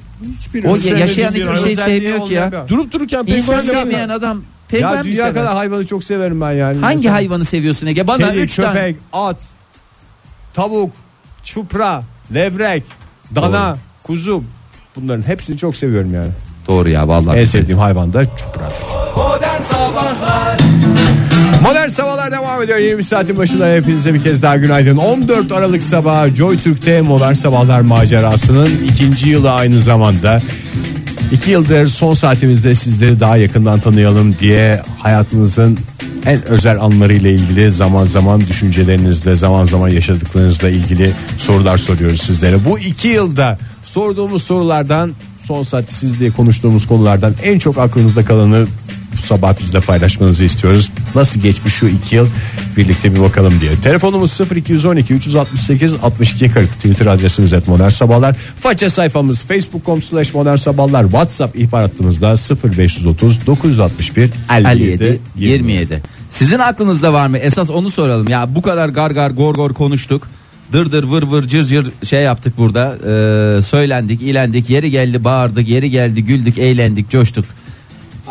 Speaker 3: O ya- yaşayan hiçbir şey sevmiyor ki ya.
Speaker 5: Durup dururken
Speaker 3: İnsan
Speaker 5: penguen
Speaker 3: sevmeyen adam penguen
Speaker 2: Ya
Speaker 3: mi
Speaker 2: dünya
Speaker 3: sever?
Speaker 2: kadar hayvanı çok severim ben yani.
Speaker 3: Hangi
Speaker 2: Mesela
Speaker 3: hayvanı seviyorsun Ege? Bana
Speaker 2: Kedi,
Speaker 3: üç tane.
Speaker 2: köpek, at, tavuk, çupra, levrek, dana, kuzu. Bunların hepsini çok seviyorum yani.
Speaker 3: Doğru ya vallahi.
Speaker 2: En sevdiğim hayvan da çupra. Modern Sabahlar devam ediyor. Yeni bir saatin başında hepinize bir kez daha günaydın. 14 Aralık sabahı Joy Türk'te Modern Sabahlar macerasının ikinci yılı aynı zamanda. İki yıldır son saatimizde sizleri daha yakından tanıyalım diye hayatınızın en özel anlarıyla ilgili zaman zaman düşüncelerinizle zaman zaman yaşadıklarınızla ilgili sorular soruyoruz sizlere. Bu iki yılda sorduğumuz sorulardan son saatte sizle konuştuğumuz konulardan en çok aklınızda kalanı bu sabah bizle paylaşmanızı istiyoruz. Nasıl geçmiş şu iki yıl birlikte bir bakalım diye. Telefonumuz 0212 368 62 40 Twitter adresimiz et modern sabahlar. Faça sayfamız facebook.com slash modern sabahlar. Whatsapp ihbar hattımızda 0530 961 57
Speaker 3: 57 27. Sizin aklınızda var mı? Esas onu soralım. Ya bu kadar gar gar gor gor konuştuk. Dır dır vır vır cır cır şey yaptık burada. Ee, söylendik, ilendik, yeri geldi, bağırdık, yeri geldi, güldük, eğlendik, coştuk.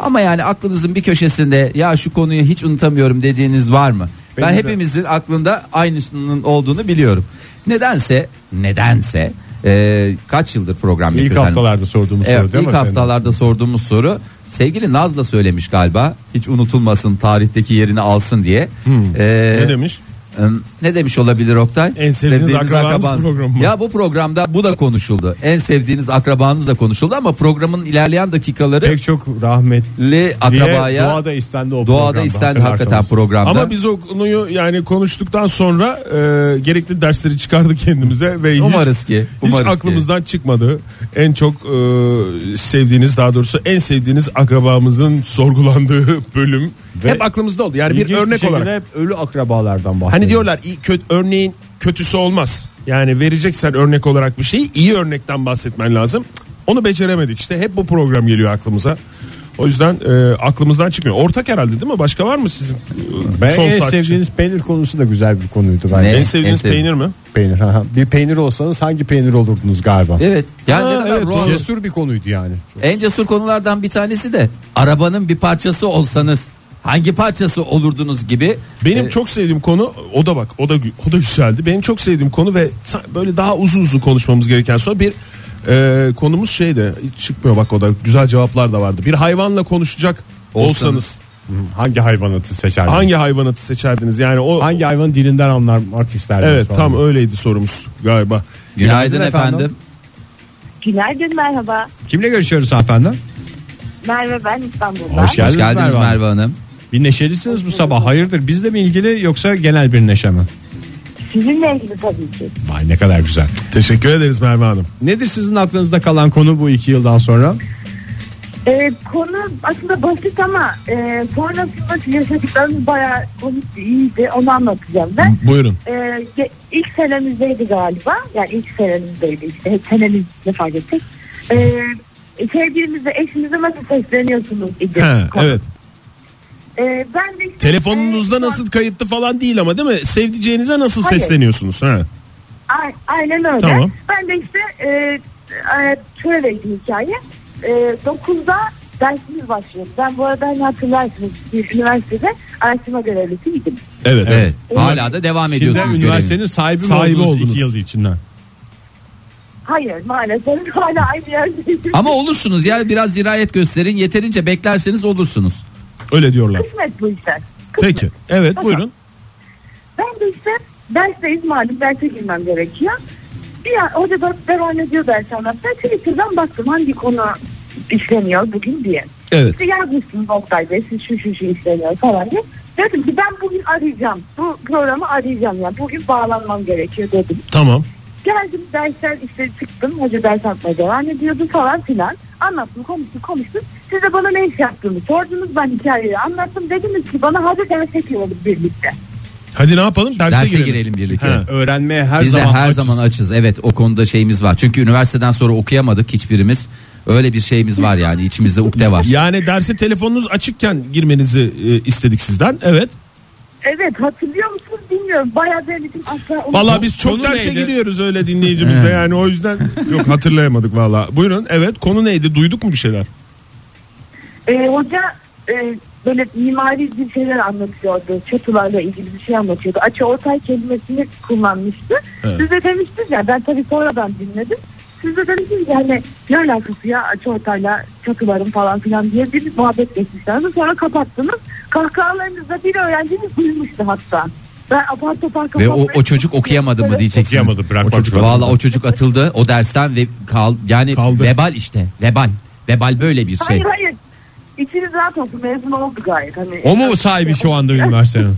Speaker 3: Ama yani aklınızın bir köşesinde ya şu konuyu hiç unutamıyorum dediğiniz var mı? ben
Speaker 5: de.
Speaker 3: hepimizin aklında aynısının olduğunu biliyorum. Nedense, nedense ee, kaç yıldır program
Speaker 2: İlk
Speaker 3: yapıyoruz? Hani-
Speaker 2: haftalarda sorduğumuz
Speaker 3: Evet,
Speaker 2: soru değil mi?
Speaker 3: ilk haftalarda sorduğumuz soru sevgili Naz'la söylemiş galiba. Hiç unutulmasın tarihteki yerini alsın diye. Ee,
Speaker 5: Hmm. Ne demiş?
Speaker 3: ım, ne demiş olabilir Oktay?
Speaker 5: En sevdiğiniz akrabanız
Speaker 3: akrabanız-
Speaker 5: programı mı?
Speaker 3: Ya bu programda bu da konuşuldu. En sevdiğiniz akrabanız da konuşuldu ama programın ilerleyen dakikaları
Speaker 2: Pek çok rahmetli
Speaker 3: akrabaya
Speaker 2: doğada istendi o
Speaker 3: doğada
Speaker 2: programda,
Speaker 3: istendi hakikaten
Speaker 2: hatırlarsanız.
Speaker 3: programda.
Speaker 5: Ama biz o konuyu yani konuştuktan sonra e, gerekli dersleri çıkardık kendimize ve hiç-
Speaker 3: umarız ki
Speaker 5: hiç,
Speaker 3: umarız ki.
Speaker 5: aklımızdan çıkmadı. En çok e, sevdiğiniz daha doğrusu en sevdiğiniz akrabamızın sorgulandığı bölüm
Speaker 2: Ve
Speaker 5: hep aklımızda oldu. Yani bir
Speaker 2: İlginç
Speaker 5: örnek
Speaker 2: şekilde
Speaker 5: olarak.
Speaker 2: hep ölü akrabalardan bahsediyor.
Speaker 5: Hani diyorlar iyi, kötü örneğin kötüsü olmaz. Yani vereceksen örnek olarak bir şeyi iyi örnekten bahsetmen lazım. Onu beceremedik işte. Hep bu program geliyor aklımıza. O yüzden e, aklımızdan çıkmıyor. Ortak herhalde değil mi? Başka var mı sizin? e,
Speaker 2: Ben
Speaker 5: son
Speaker 2: en
Speaker 5: saat için?
Speaker 2: sevdiğiniz peynir konusu da güzel bir konuydu
Speaker 3: Ne?
Speaker 2: bence.
Speaker 5: en
Speaker 3: En
Speaker 5: sevdiğiniz
Speaker 3: sevdiğim.
Speaker 5: peynir mi?
Speaker 2: Peynir. haha. bir peynir olsanız hangi peynir olurdunuz galiba?
Speaker 5: E,
Speaker 3: Evet. Yani
Speaker 5: Ha,
Speaker 3: ne kadar
Speaker 5: evet,
Speaker 3: ruh-
Speaker 5: doğru.
Speaker 2: Cesur bir konuydu yani.
Speaker 3: En cesur konulardan bir tanesi de arabanın bir parçası olsanız hangi parçası olurdunuz gibi.
Speaker 5: Benim
Speaker 3: Ee,
Speaker 5: çok sevdiğim konu o da bak o da gü- o da güzeldi. Benim çok sevdiğim konu ve sa- böyle daha uzun uzun konuşmamız gereken sonra bir e, konumuz şeydi. Hiç çıkmıyor bak o da güzel cevaplar da vardı. Bir hayvanla konuşacak
Speaker 3: Olsanız.
Speaker 5: olsanız,
Speaker 2: Hangi hayvanatı seçerdiniz? Hangi,
Speaker 5: hangi hayvanatı seçerdiniz? Yani o
Speaker 2: hangi hayvanı dilinden anlamak isterdiniz?
Speaker 5: Evet
Speaker 2: falan.
Speaker 5: tam öyleydi sorumuz galiba.
Speaker 3: Günaydın,
Speaker 2: Günaydın
Speaker 3: efendim.
Speaker 2: efendim.
Speaker 1: Günaydın merhaba.
Speaker 2: Kimle görüşüyoruz hanımefendi?
Speaker 1: Merve ben İstanbul'dan.
Speaker 2: Hoş geldin.
Speaker 3: Hoş geldiniz Merve,
Speaker 2: Merve
Speaker 3: Hanım.
Speaker 2: Bir neşelisiniz bu sabah. Hayırdır bizle mi ilgili yoksa genel bir neşe mi?
Speaker 1: Sizinle ilgili tabii ki.
Speaker 2: Vay ne kadar güzel.
Speaker 5: Teşekkür ederiz Merve Hanım.
Speaker 2: Nedir sizin aklınızda kalan konu bu iki yıldan sonra?
Speaker 1: Ee, konu aslında basit ama e, sonrasında siz yaşadıklarınız bayağı komikti, iyiydi. Onu anlatacağım ben.
Speaker 5: Buyurun.
Speaker 1: Ee, ge- ilk senemizdeydi galiba. Yani ilk senemizdeydi işte. Hep Senemiz ne fark ettik. Ee, sevgilimize, eşinize nasıl sesleniyorsunuz? idi
Speaker 5: He,
Speaker 1: konu.
Speaker 5: evet.
Speaker 1: Ee, ben de işte,
Speaker 5: Telefonunuzda
Speaker 1: e,
Speaker 5: nasıl kayıtlı falan değil ama değil mi? Sevdiceğinize nasıl
Speaker 1: Hayır.
Speaker 5: sesleniyorsunuz? Ha.
Speaker 1: A- Aynen öyle.
Speaker 5: Tamam.
Speaker 1: Ben de işte e, e, şöyle bir hikaye. E, 9'da dersimiz başlıyor. Ben bu arada hani hatırlarsınız bir üniversitede araştırma görevlisiydim.
Speaker 5: Evet.
Speaker 3: Evet. Hala da devam
Speaker 5: Şimdi
Speaker 3: ediyorsunuz.
Speaker 5: üniversitenin sahibi, mi
Speaker 6: Sahibi
Speaker 5: oldunuz,
Speaker 6: oldunuz.
Speaker 5: iki yıl içinden.
Speaker 1: Hayır maalesef hala aynı yerdeydim.
Speaker 3: Ama olursunuz ya biraz dirayet gösterin. Yeterince beklerseniz olursunuz.
Speaker 5: Öyle diyorlar.
Speaker 1: Kısmet bu işler. Kısmet.
Speaker 5: Peki. E, Evet buyurun.
Speaker 1: Ben de işte dersteyiz malum derse girmem gerekiyor. Bir an orada da devam ediyor ders anlatmaya. Twitter'dan baktım hangi konu işleniyor bugün diye.
Speaker 5: Evet.
Speaker 1: İşte yazmışsınız Oktay Bey siz şu şu şu işleniyor falan diye. Dedim ki ben bugün arayacağım. Bu programı arayacağım yani. Bugün bağlanmam gerekiyor dedim.
Speaker 5: Tamam.
Speaker 1: Geldim dersten işte çıktım. Hoca ders anlatmaya devam ediyordu falan filan. Anlattım konuştum konuştum. Siz de bana ne iş yaptığımı sordunuz. Ben hikayeyi anlattım. Dediniz ki bana hadi derse girelim birlikte.
Speaker 5: Hadi ne yapalım? Derse,
Speaker 3: Derse girelim birlikte.
Speaker 5: şey Ha, öğrenmeye her
Speaker 3: Biz de
Speaker 5: zaman
Speaker 3: her
Speaker 5: açız.
Speaker 3: zaman açız. Evet o konuda şeyimiz var. Çünkü üniversiteden sonra okuyamadık hiçbirimiz. Öyle bir şeyimiz var yani içimizde ukde var.
Speaker 5: Yani derse telefonunuz açıkken girmenizi e, istedik sizden. Evet.
Speaker 1: Evet hatırlıyor musunuz bilmiyorum. Bayağı denedim asla unutmadım.
Speaker 5: Vallahi biz çok
Speaker 6: Konu
Speaker 5: derse
Speaker 6: neydi?
Speaker 5: gidiyoruz öyle dinleyicimizle yani o yüzden yok hatırlayamadık vallahi. Buyurun evet konu neydi? Duyduk mu bir şeyler?
Speaker 1: Ee, hoca e, böyle mimari bir şeyler anlatıyordu. Çatılarla ilgili bir şey anlatıyordu. Açı ortay kelimesini kullanmıştı. Siz de demiştiniz ya ben tabii sonradan dinledim. Siz de demiştiniz yani ne alakası ya açı ortayla çatıların falan filan diye bir muhabbet geçmişlerdi. Sonra kapattınız. Kahkahalarınızda bir öğrenciniz duymuştu hatta. Ben apar topar
Speaker 3: Ve
Speaker 1: kapattım.
Speaker 3: o, o çocuk okuyamadı mı diyeceksiniz.
Speaker 5: Okuyamadı, bırakmak
Speaker 3: O çocuk,
Speaker 5: zorunda.
Speaker 3: valla o çocuk atıldı o dersten ve kal, yani
Speaker 5: Kaldı.
Speaker 3: vebal işte vebal. Vebal böyle bir şey.
Speaker 1: Hayır hayır. İçiniz rahat olsun mezun oldu gayet. Hani,
Speaker 2: O mu sahibi şu anda üniversitenin?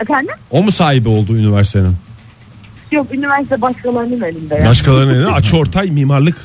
Speaker 1: Efendim?
Speaker 2: O mu sahibi oldu üniversitenin?
Speaker 1: Yok üniversite başkalarının elinde. Yani.
Speaker 5: Başkalarına açıortay mimarlık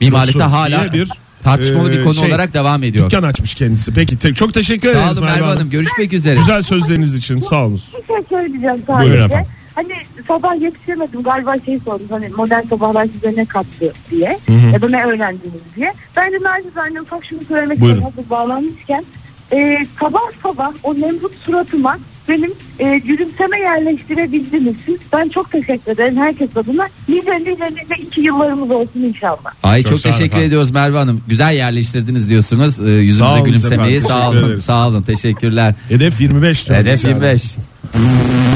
Speaker 3: Mimarlıkta
Speaker 5: kursu
Speaker 3: hala
Speaker 5: diye bir
Speaker 3: tartışmalı
Speaker 5: e,
Speaker 3: bir konu
Speaker 5: şey,
Speaker 3: olarak devam ediyor.
Speaker 5: dükkan açmış kendisi. Peki te- çok teşekkür
Speaker 3: Sağ
Speaker 5: ederiz
Speaker 3: olun Merve Hanım görüşmek üzere.
Speaker 5: Güzel sözleriniz için sağ olun.
Speaker 1: Bir şey söyleyeceğim
Speaker 5: Buyurun
Speaker 1: sadece.
Speaker 5: efendim.
Speaker 1: Hani sabah yetişemedim galiba şey sordum hani modern sabahlar size ne kattı diye ya da ne öğrendiniz diye. Ben de nacizane ufak şunu söylemek
Speaker 5: Buyurun.
Speaker 1: istiyorum hazır bağlanmışken. Ee, sabah sabah o nemrut suratıma benim e, gülümseme yerleştirebildiniz siz. Ben çok teşekkür ederim herkes adına. Nice nice nice iki yıllarımız olsun inşallah.
Speaker 3: Ay çok,
Speaker 5: Çok sağ olun
Speaker 3: teşekkür
Speaker 5: efendim.
Speaker 3: ediyoruz Merve Hanım. Güzel yerleştirdiniz diyorsunuz. Ee, yüzümüze
Speaker 5: Sağ olun
Speaker 3: gülümsemeyi.
Speaker 5: efendim,
Speaker 3: Sağ
Speaker 5: teşekkür
Speaker 3: olun.
Speaker 5: ederiz.
Speaker 3: Sağ olun. Teşekkürler.
Speaker 5: Hedef 25. diyorum.
Speaker 3: Hedef 25.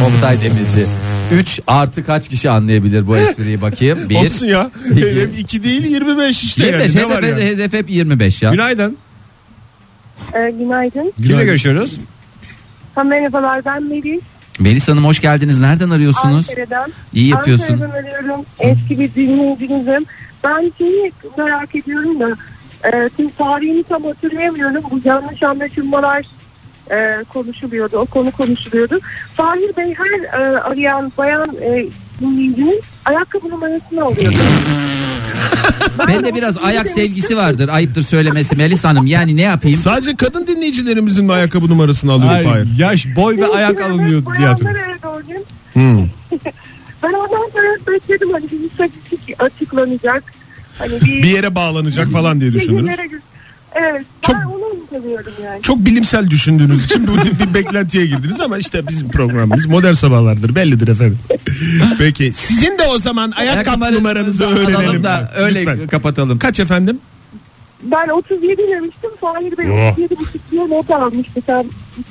Speaker 3: Oktay Demirci. 3 artı kaç kişi anlayabilir bu espriyi bakayım. 1.
Speaker 5: Olsun ya. Hedef 2 değil 25 işte.
Speaker 3: 25
Speaker 5: yani. Ne var
Speaker 3: hedef,
Speaker 5: yani?
Speaker 3: hedef hep 25 ya.
Speaker 5: Günaydın.
Speaker 7: Ee, günaydın.
Speaker 2: Kimle görüşüyoruz?
Speaker 7: Ha, merhabalar ben Melis.
Speaker 3: Melis Hanım hoş geldiniz. Nereden arıyorsunuz?
Speaker 7: Ankara'dan.
Speaker 3: İyi yapıyorsun.
Speaker 7: Ankara'dan arıyorum. Eski bir dinleyicinizim. Ben şeyi merak ediyorum da e, tüm tarihini tam hatırlayamıyorum. Bu yanlış anlaşılmalar e, konuşuluyordu. O konu konuşuluyordu. Fahir Bey her e, arayan bayan e, dinleyicinin ayakkabı numarasını alıyordu.
Speaker 3: Ben de biraz ayak sevgisi vardır. Ayıptır söylemesi Melis Hanım. Yani ne yapayım?
Speaker 5: Sadece kadın dinleyicilerimizin mi ayakkabı numarasını alıyor
Speaker 2: Hayır,
Speaker 5: Fahir?
Speaker 2: yaş, boy ve ayak
Speaker 7: Evet,
Speaker 2: alınıyordu diye
Speaker 7: bayanlar
Speaker 2: hatırlıyorum.
Speaker 7: öyle gördüm. ben ondan sonra bekledim hani bir istatistik açıklanacak. Hani
Speaker 5: Bir yere bağlanacak falan diye düşündünüz.
Speaker 7: Şehirlere gö- Evet.
Speaker 5: Çok-
Speaker 7: Ben onu unutamıyorum yani.
Speaker 5: Çok bilimsel düşündüğünüz için bu tip bir beklentiye girdiniz ama işte bizim programımız modern sabahlardır bellidir efendim. Peki sizin de o zaman ayakkabı numaranızı
Speaker 3: alalım
Speaker 5: öğrenelim.
Speaker 3: da öyle
Speaker 5: Lütfen.
Speaker 3: kapatalım.
Speaker 5: Kaç efendim?
Speaker 7: Ben 37 demiştim. Fahir Bey
Speaker 5: Oh.
Speaker 7: 37 buçuk diye not almıştı. Sen,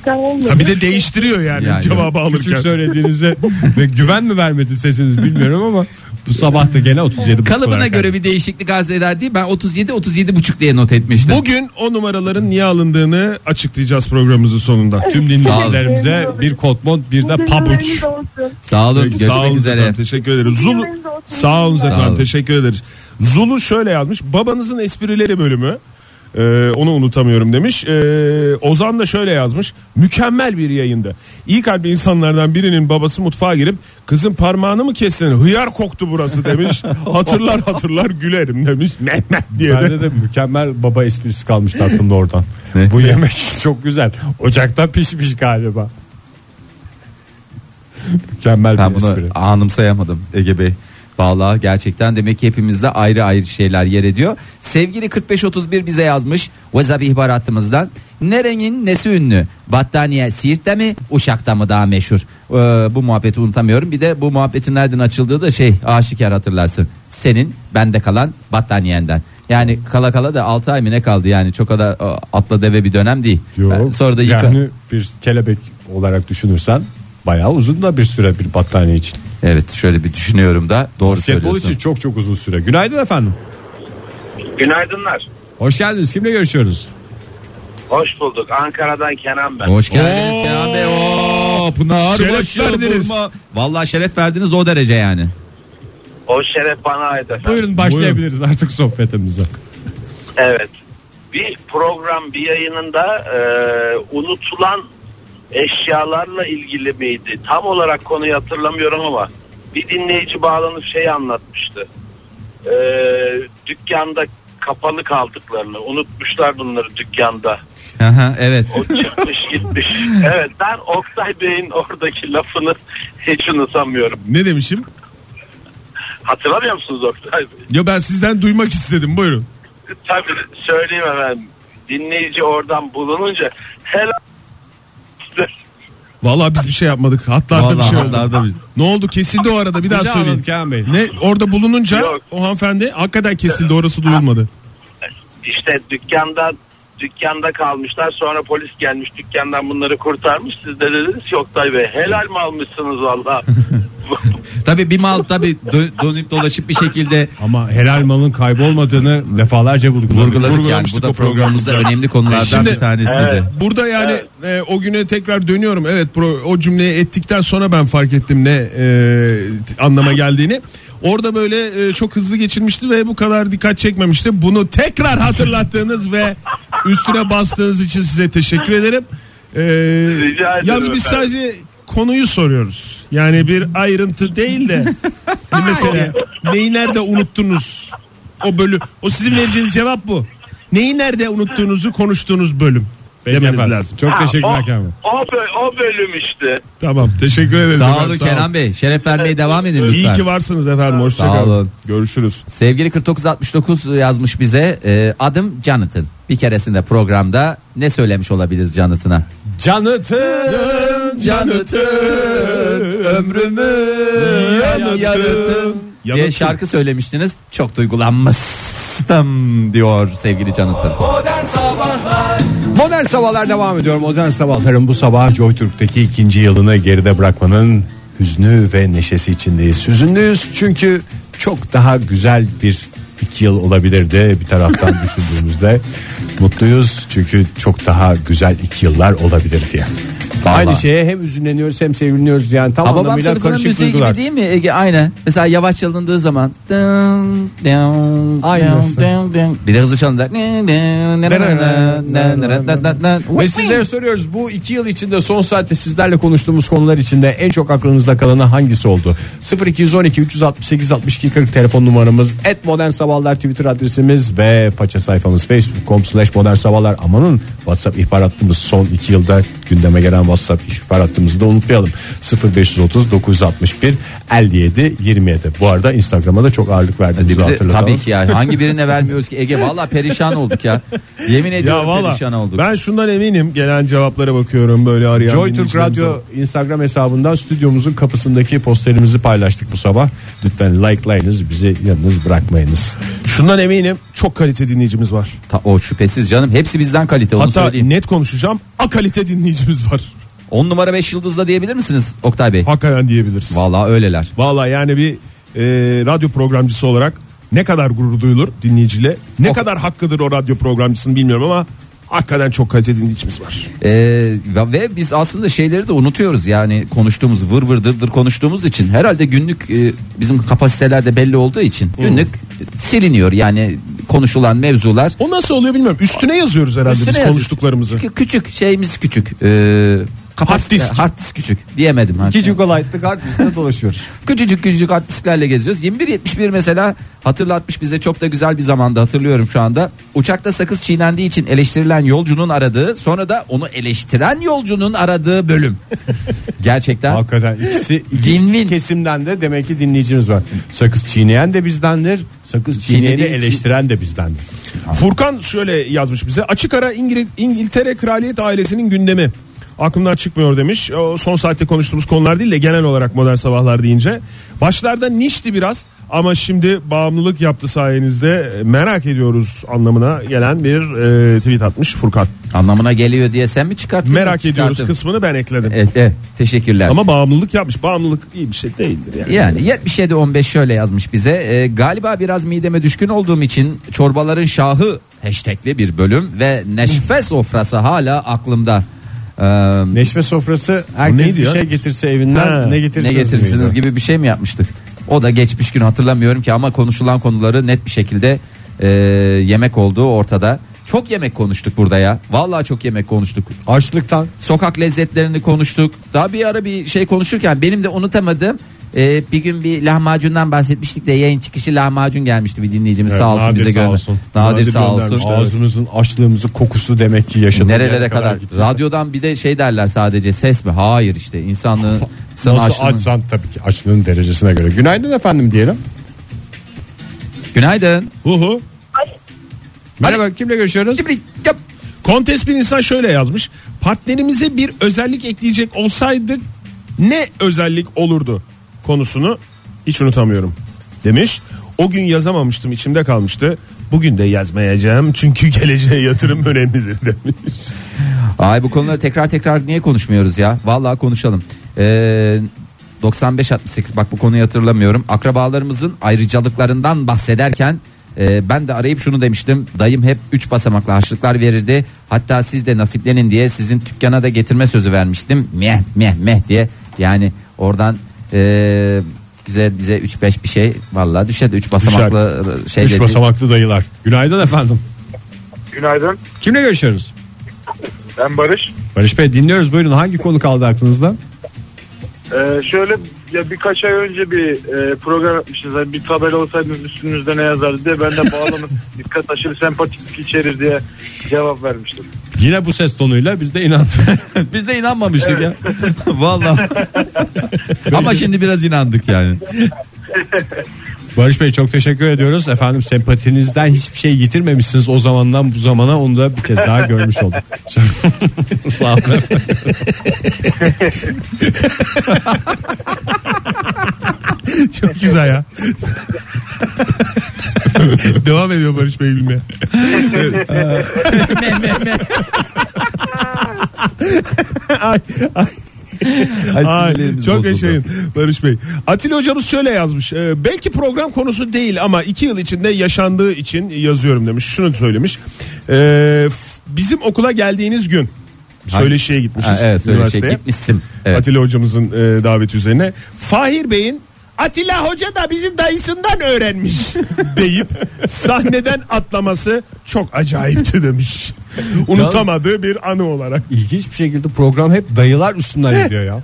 Speaker 7: sen olmadın.
Speaker 5: Ha bir de değiştiriyor yani,
Speaker 3: Yani.
Speaker 5: cevabı
Speaker 2: Küçük
Speaker 5: alırken.
Speaker 2: söylediğinize ve güven mi vermedi sesiniz bilmiyorum ama bu sabah da gene 37
Speaker 3: Kalıbına göre bir değişiklik arz eder diye ben 37 37 buçuk diye not etmiştim.
Speaker 5: Bugün o numaraların niye alındığını açıklayacağız programımızın sonunda.
Speaker 2: tüm dinleyicilerimize
Speaker 7: Sağ olun.
Speaker 2: bir kotmont bir de pabuç.
Speaker 7: Bugünleriniz olsun.
Speaker 3: Sağ olun.
Speaker 5: Peki, sağ
Speaker 3: Görüşmek
Speaker 5: olun
Speaker 3: üzere.
Speaker 5: efendim, teşekkür ederiz. Zulu,
Speaker 7: Bugünleriniz olsun.
Speaker 5: sağ olun
Speaker 7: Sağ
Speaker 5: efendim
Speaker 3: olun.
Speaker 5: teşekkür ederiz. Zulu şöyle yazmış. Babanızın esprileri bölümü. e,
Speaker 4: Ee, onu unutamıyorum demiş. Ee, Ozan da şöyle yazmış. Mükemmel bir yayında. İyi kalpli insanlardan birinin babası mutfağa girip kızın parmağını mı kestin? Hıyar koktu burası demiş. Hatırlar hatırlar gülerim demiş. Mehmet diye de.
Speaker 2: Bende de mükemmel baba esprisi kalmıştı aklımda oradan. Bu yemek çok güzel. Ocakta pişmiş galiba. mükemmel
Speaker 3: Ben
Speaker 2: bir
Speaker 3: bunu
Speaker 2: espri.
Speaker 3: anımsayamadım Ege Bey. Vallahi gerçekten demek ki hepimizde ayrı ayrı şeyler yer ediyor. Sevgili 4531 bize yazmış WhatsApp ihbar hattımızdan. Ne rengin nesi ünlü? Battaniye Siirt'te mi Uşak'ta mı daha meşhur? Ee, bu muhabbeti unutamıyorum. Bir de bu muhabbetin nereden açıldığı da şey aşikar hatırlarsın. Senin bende kalan battaniyenden. Yani kala kala da 6 ay mı ne kaldı yani çok da e, atla deve bir dönem değil.
Speaker 2: Yok.
Speaker 3: Ben sonra da yıka.
Speaker 2: Yani bir kelebek olarak düşünürsen bayağı uzun da bir süre bir battaniye için.
Speaker 3: Evet şöyle bir düşünüyorum da doğru
Speaker 2: Basketbol
Speaker 3: söylüyorsun.
Speaker 2: için çok çok uzun süre. Günaydın efendim.
Speaker 6: Günaydınlar.
Speaker 2: Hoş geldiniz. Kimle görüşüyoruz?
Speaker 6: Hoş bulduk. Ankara'dan Kenan ben.
Speaker 3: Hoş geldiniz Kenan Bey. Oo, Pınar
Speaker 5: Şeref
Speaker 3: başı
Speaker 5: verdiniz.
Speaker 3: vurma. Vallahi şeref verdiniz o derece yani.
Speaker 6: O şeref bana ait efendim.
Speaker 2: Buyurun başlayabiliriz artık sohbetimize.
Speaker 6: Evet. Bir program bir yayınında e, unutulan eşyalarla ilgili miydi? Tam olarak konuyu hatırlamıyorum ama bir dinleyici bağlanıp şey anlatmıştı. E, dükkanda kapalı kaldıklarını unutmuşlar bunları dükkanda.
Speaker 3: Aha, evet.
Speaker 6: O çıkmış gitmiş. Evet ben Oktay Bey'in oradaki lafını hiç unutamıyorum.
Speaker 5: Ne demişim?
Speaker 6: Hatırlamıyor musunuz Oktay Bey?
Speaker 5: Ya ben sizden duymak istedim buyurun.
Speaker 6: Tabii söyleyeyim hemen. Dinleyici oradan bulununca helal
Speaker 5: Vallahi biz bir şey yapmadık. Hatlarda bir
Speaker 3: Vallahi
Speaker 5: şey oldu.
Speaker 3: hatlarda bir-
Speaker 5: Ne oldu? Kesildi o arada. Bir daha
Speaker 2: daha
Speaker 5: söyleyin.
Speaker 2: alalım Kenan Bey.
Speaker 5: Ne orada bulununca
Speaker 6: Yok.
Speaker 5: o hanımefendi hakikaten kesildi. Orası duyulmadı.
Speaker 6: işte dükkanda dükkanda kalmışlar sonra polis gelmiş dükkandan bunları kurtarmış siz de dediniz ki Oktay Bey helal mi almışsınız valla
Speaker 3: Tabii bir mal tabii dö- dönüp dolaşıp bir şekilde
Speaker 2: Ama helal malın kaybolmadığını defalarca vurguladık.
Speaker 3: vurguladık yani. Bu
Speaker 5: Vurgulamıştık
Speaker 3: da
Speaker 5: o
Speaker 3: programımızda önemli konulardan
Speaker 5: Şimdi-
Speaker 3: bir tanesiydi.
Speaker 6: Evet.
Speaker 5: Burada yani e, o güne tekrar dönüyorum. Evet pro- o cümleyi ettikten sonra ben fark ettim ne e, t- anlama geldiğini. Orada böyle e, çok hızlı geçilmişti ve bu kadar dikkat çekmemişti. Bunu tekrar hatırlattığınız ve üstüne bastığınız için size teşekkür ederim. E,
Speaker 6: Rica ederim
Speaker 5: Yalnız biz
Speaker 6: efendim.
Speaker 5: sadece konuyu soruyoruz. Yani bir ayrıntı değil de hani mesela neyi nerede unuttunuz? O bölüm. O sizin vereceğiniz cevap bu. Neyi nerede unuttuğunuzu konuştuğunuz bölüm. Demeniz lazım.
Speaker 2: Çok teşekkürler
Speaker 6: o,
Speaker 2: Kenan Bey.
Speaker 6: o, bö- o bölüm işte
Speaker 5: Tamam teşekkür ederim.
Speaker 3: Sağ
Speaker 5: efendim,
Speaker 3: olun Kenan Bey. Şeref vermeye devam edin lütfen.
Speaker 5: İyi ki varsınız efendim.
Speaker 3: Sağ
Speaker 5: Hoşçakalın.
Speaker 3: olun.
Speaker 5: Görüşürüz.
Speaker 3: Sevgili 4969 yazmış bize e, adım Jonathan. Bir keresinde programda ne söylemiş olabiliriz Jonathan'a?
Speaker 2: Canıtın
Speaker 3: ömrümü diye şarkı söylemiştiniz. Çok duygulanmıştım diyor sevgili Canıt'ın.
Speaker 2: Modern Sabahlar devam ediyor. Modern Sabahların bu sabah JoyTürk'teki ikinci yılını geride bırakmanın hüznü ve neşesi içindeyiz. Hüzünlüyüz çünkü çok daha güzel bir iki yıl olabilirdi bir taraftan düşündüğümüzde. Mutluyuz çünkü çok daha güzel iki yıllar olabilir diye.
Speaker 3: Vallahi.
Speaker 2: Aynı şeye hem üzünleniyoruz hem seviniyoruz yani tam
Speaker 3: Ama babam
Speaker 2: anlamıyla
Speaker 3: sınıfının
Speaker 2: karışık
Speaker 3: müziği
Speaker 2: duygular.
Speaker 3: gibi değil mi Ege? Aynı. Mesela yavaş çalındığı zaman.
Speaker 2: Aynısı.
Speaker 3: Aynı. Bir de hızlı çalınacak.
Speaker 2: Ve sizlere soruyoruz bu iki yıl içinde son saatte sizlerle konuştuğumuz konular içinde en çok aklınızda kalanı hangisi oldu? 0212 368 62 40 telefon numaramız et modern sabahlar twitter adresimiz ve faça sayfamız facebook.com slash modern sabahlar amanın whatsapp ihbar hattımız son iki yılda gündeme gelen whatsapp ihbar hattımızı da unutmayalım 0530 961 57 27 bu arada instagrama da çok ağırlık verdiğimizi
Speaker 3: Bize-
Speaker 2: hatırlatalım.
Speaker 3: tabii ki ya hangi birine vermiyoruz ki Ege valla perişan olduk ya yemin ediyorum
Speaker 5: Ya valla
Speaker 3: perişan olduk
Speaker 5: ben şundan eminim gelen cevaplara bakıyorum böyle arayan.
Speaker 2: Joy Türk
Speaker 5: dinleyicilerimize.
Speaker 2: Radyo Instagram hesabından stüdyomuzun kapısındaki posterimizi paylaştık bu sabah. Lütfen likelayınız bizi yalnız bırakmayınız.
Speaker 5: Şundan eminim çok kalite dinleyicimiz var.
Speaker 3: Ta- o şüphesiz canım hepsi bizden kalite onu
Speaker 5: Hatta
Speaker 3: söyleyeyim
Speaker 5: net konuşacağım a kalite dinleyicimiz var.
Speaker 3: 10 numara 5 yıldızla diyebilir misiniz Oktay Bey
Speaker 5: Hakikaten diyebiliriz.
Speaker 3: valla öyleler
Speaker 5: Valla yani bir e, radyo programcısı olarak ne kadar gurur duyulur dinleyiciyle. Ne kadar hakkıdır o radyo programcısının bilmiyorum ama Hakikaten çok kaliteli dinleyicimiz var.
Speaker 3: Ee, ve- ve biz aslında şeyleri de unutuyoruz yani konuştuğumuz vır vır dır dır konuştuğumuz için herhalde günlük e, bizim kapasitelerde belli olduğu için
Speaker 5: Hmm.
Speaker 3: günlük siliniyor yani konuşulan mevzular
Speaker 5: O nasıl oluyor bilmiyorum. Üstüne yazıyoruz herhalde
Speaker 3: Üstüne
Speaker 5: biz
Speaker 3: yazıyoruz.
Speaker 5: konuştuklarımızı.
Speaker 3: Çünkü küçük şeyimiz küçük ee, kapasite-
Speaker 5: Hard disk.
Speaker 3: hard disk küçük diyemedim ha.
Speaker 2: İki cikolaytlık hard diskte dolaşıyoruz.
Speaker 3: küçücük küçücük hard disklerle geziyoruz 21.71 mesela hatırlatmış bize çok da güzel bir zamanda hatırlıyorum şu anda uçakta sakız çiğnendiği için eleştirilen yolcunun aradığı sonra da onu eleştiren yolcunun aradığı bölüm gerçekten
Speaker 2: Hakikaten ikisi iki
Speaker 3: Win-win.
Speaker 2: kesimden de demek ki dinleyicimiz var. Sakız çiğneyen de bizdendir. Sakız çiğneyeni
Speaker 3: Çiğnediği için-
Speaker 2: eleştiren de bizdendir.
Speaker 5: Furkan şöyle yazmış bize. Açık ara İngil- İngiltere Kraliyet ailesinin gündemi. Aklımdan çıkmıyor demiş. O son saatte konuştuğumuz konular değil de genel olarak modern sabahlar deyince. Başlarda nişti biraz ama şimdi bağımlılık yaptı sayenizde merak ediyoruz anlamına gelen bir e, tweet atmış Furkan.
Speaker 3: Anlamına geliyor diye sen mi çıkarttın?
Speaker 5: Merak
Speaker 3: Ben
Speaker 5: ediyoruz
Speaker 3: çıkarttım.
Speaker 5: kısmını ben ekledim.
Speaker 3: Evet, evet, teşekkürler.
Speaker 5: Ama bağımlılık yapmış. Bağımlılık iyi bir şey değildir yani.
Speaker 3: yani 77 15 şöyle yazmış bize. Ee, galiba biraz mideme düşkün olduğum için çorbaların şahı hashtagli bir bölüm ve neşfe sofrası hala aklımda. Ee,
Speaker 2: Neşve sofrası herkes
Speaker 5: neydi
Speaker 2: bir
Speaker 5: ya?
Speaker 2: şey getirse evinden
Speaker 5: Ha.
Speaker 2: ne
Speaker 3: ne
Speaker 2: getirirsiniz,
Speaker 3: getirirsiniz
Speaker 2: miydi?
Speaker 3: gibi bir şey mi yapmıştık? O da geçmiş gün hatırlamıyorum ki ama konuşulan konuları net bir şekilde e, yemek olduğu ortada. Çok yemek konuştuk burada ya. Vallahi çok yemek konuştuk.
Speaker 2: Açlıktan
Speaker 3: sokak lezzetlerini konuştuk. Daha bir ara bir şey konuşurken benim de unutamadığım e, bir gün bir lahmacundan bahsetmiştik de yayın çıkışı lahmacun gelmişti bir dinleyicimiz sağ olsun
Speaker 2: Nadir
Speaker 3: bize
Speaker 2: sağ
Speaker 3: gönder.
Speaker 2: olsun.
Speaker 3: Nadir,
Speaker 5: Nadir
Speaker 3: sağ olsun.
Speaker 5: göndermiş. İşte evet.
Speaker 2: ağzımızın açlığımızın kokusu demek ki yaşadık.
Speaker 3: Nerelere kadar? Radyodan bir de şey derler sadece ses mi? Hayır işte insanlığın sana
Speaker 2: Nasıl
Speaker 3: açlığını-
Speaker 2: açsan tabii ki açlığın derecesine göre. Günaydın efendim diyelim.
Speaker 3: Günaydın.
Speaker 5: Hu hu.
Speaker 2: Merhaba kimle görüşüyoruz?
Speaker 5: Kontes bir insan şöyle yazmış. Partnerimize bir özellik ekleyecek olsaydık ne özellik olurdu konusunu hiç unutamıyorum demiş. O gün yazamamıştım içimde kalmıştı. Bugün de yazmayacağım çünkü geleceğe yatırım önemlidir demiş.
Speaker 3: Ay bu konuları tekrar tekrar niye konuşmuyoruz ya? Vallahi konuşalım. Ee, 95-68 bak bu konuyu hatırlamıyorum. Akrabalarımızın ayrıcalıklarından bahsederken e, ben de arayıp şunu demiştim. Dayım hep 3 basamaklı harçlıklar verirdi. Hatta siz de nasiplenin diye sizin dükkana da getirme sözü vermiştim. Meh meh meh diye. Yani oradan e, güzel bize 3-5 bir şey vallahi düşer 3 basamaklı şey
Speaker 2: Üç
Speaker 3: dedi.
Speaker 2: basamaklı dayılar. Günaydın efendim.
Speaker 6: Günaydın.
Speaker 2: Kimle görüşüyoruz?
Speaker 6: Ben Barış.
Speaker 2: Barış Bey dinliyoruz buyurun hangi konu kaldı aklınızda?
Speaker 6: Ee, şöyle ya birkaç ay önce bir e, program yapmışsınız. Hani bir tabela olsaydınız üstünüzde ne yazardı diye ben de bağlanıp dikkat aşırı sempatiklik içerir diye cevap vermiştim.
Speaker 2: Yine bu ses tonuyla biz de inandık.
Speaker 3: Biz de inanmamıştık ya. Vallahi. Ama şimdi biraz inandık yani.
Speaker 2: Barış Bey çok teşekkür ediyoruz. Efendim sempatinizden hiçbir şey yitirmemişsiniz o zamandan bu zamana onu da bir kez daha görmüş olduk. Sağ olun. efendim.
Speaker 5: Çok güzel ya. Devam ediyor Barış Bey bilmeye. ay, ay, ay,
Speaker 3: sinirlerimiz
Speaker 5: çok
Speaker 3: bozuldu.
Speaker 5: yaşayın Barış Bey. Atilla hocamız şöyle yazmış. Ee, belki program konusu değil ama iki yıl içinde yaşandığı için yazıyorum demiş. Şunu söylemiş. Ee, f- bizim okula geldiğiniz gün söyleşiye gitmişiz.
Speaker 3: Ha, evet öyle şey
Speaker 5: üniversiteye.
Speaker 3: gitmişsin. Evet.
Speaker 5: Atilla hocamızın e, daveti üzerine. Fahir Bey'in Atilla Hoca da bizim dayısından öğrenmiş deyip sahneden atlaması çok acayipti demiş. Unutamadığı bir anı olarak.
Speaker 2: İlginç bir şekilde program hep dayılar üstünden gidiyor ya.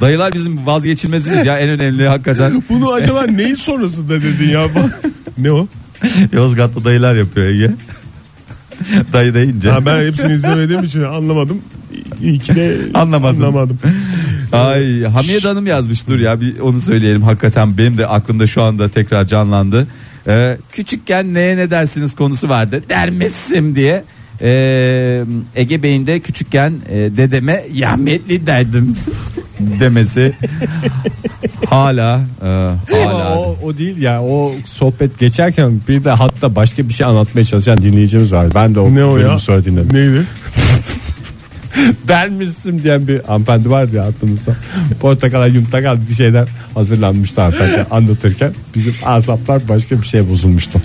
Speaker 3: Dayılar bizim vazgeçilmezimiz ya en önemli hakikaten.
Speaker 5: Bunu acaba neyin sonrasında dedin ya? ne o?
Speaker 3: Yozgatlı dayılar yapıyor Ege. Dayı deyince.
Speaker 5: Ha, ben hepsini izlemediğim için anlamadım. İyi ki de
Speaker 3: Anlamadım.
Speaker 5: anlamadım.
Speaker 3: Ay Hamiyet Hanım yazmış dur ya bir onu söyleyelim hakikaten benim de aklımda şu anda tekrar canlandı. Ee, küçükken neye ne dersiniz konusu vardı dermişsim diye. Ee, Ege Bey'in de küçükken e, dedeme yahmetli derdim demesi hala e,
Speaker 2: Ama
Speaker 3: hala
Speaker 2: o, o değil ya o sohbet geçerken bir de hatta başka bir şey anlatmaya çalışan dinleyicimiz var. Ben de o
Speaker 5: Ne o
Speaker 2: bölümü
Speaker 5: ya?
Speaker 2: sonra dinledim.
Speaker 5: Neydi?
Speaker 2: ben misim diyen bir hanımefendi vardı ya aklımızda. Portakala yumurta bir şeyler hazırlanmıştı hanımefendi anlatırken. Bizim asaplar başka bir şey bozulmuştu.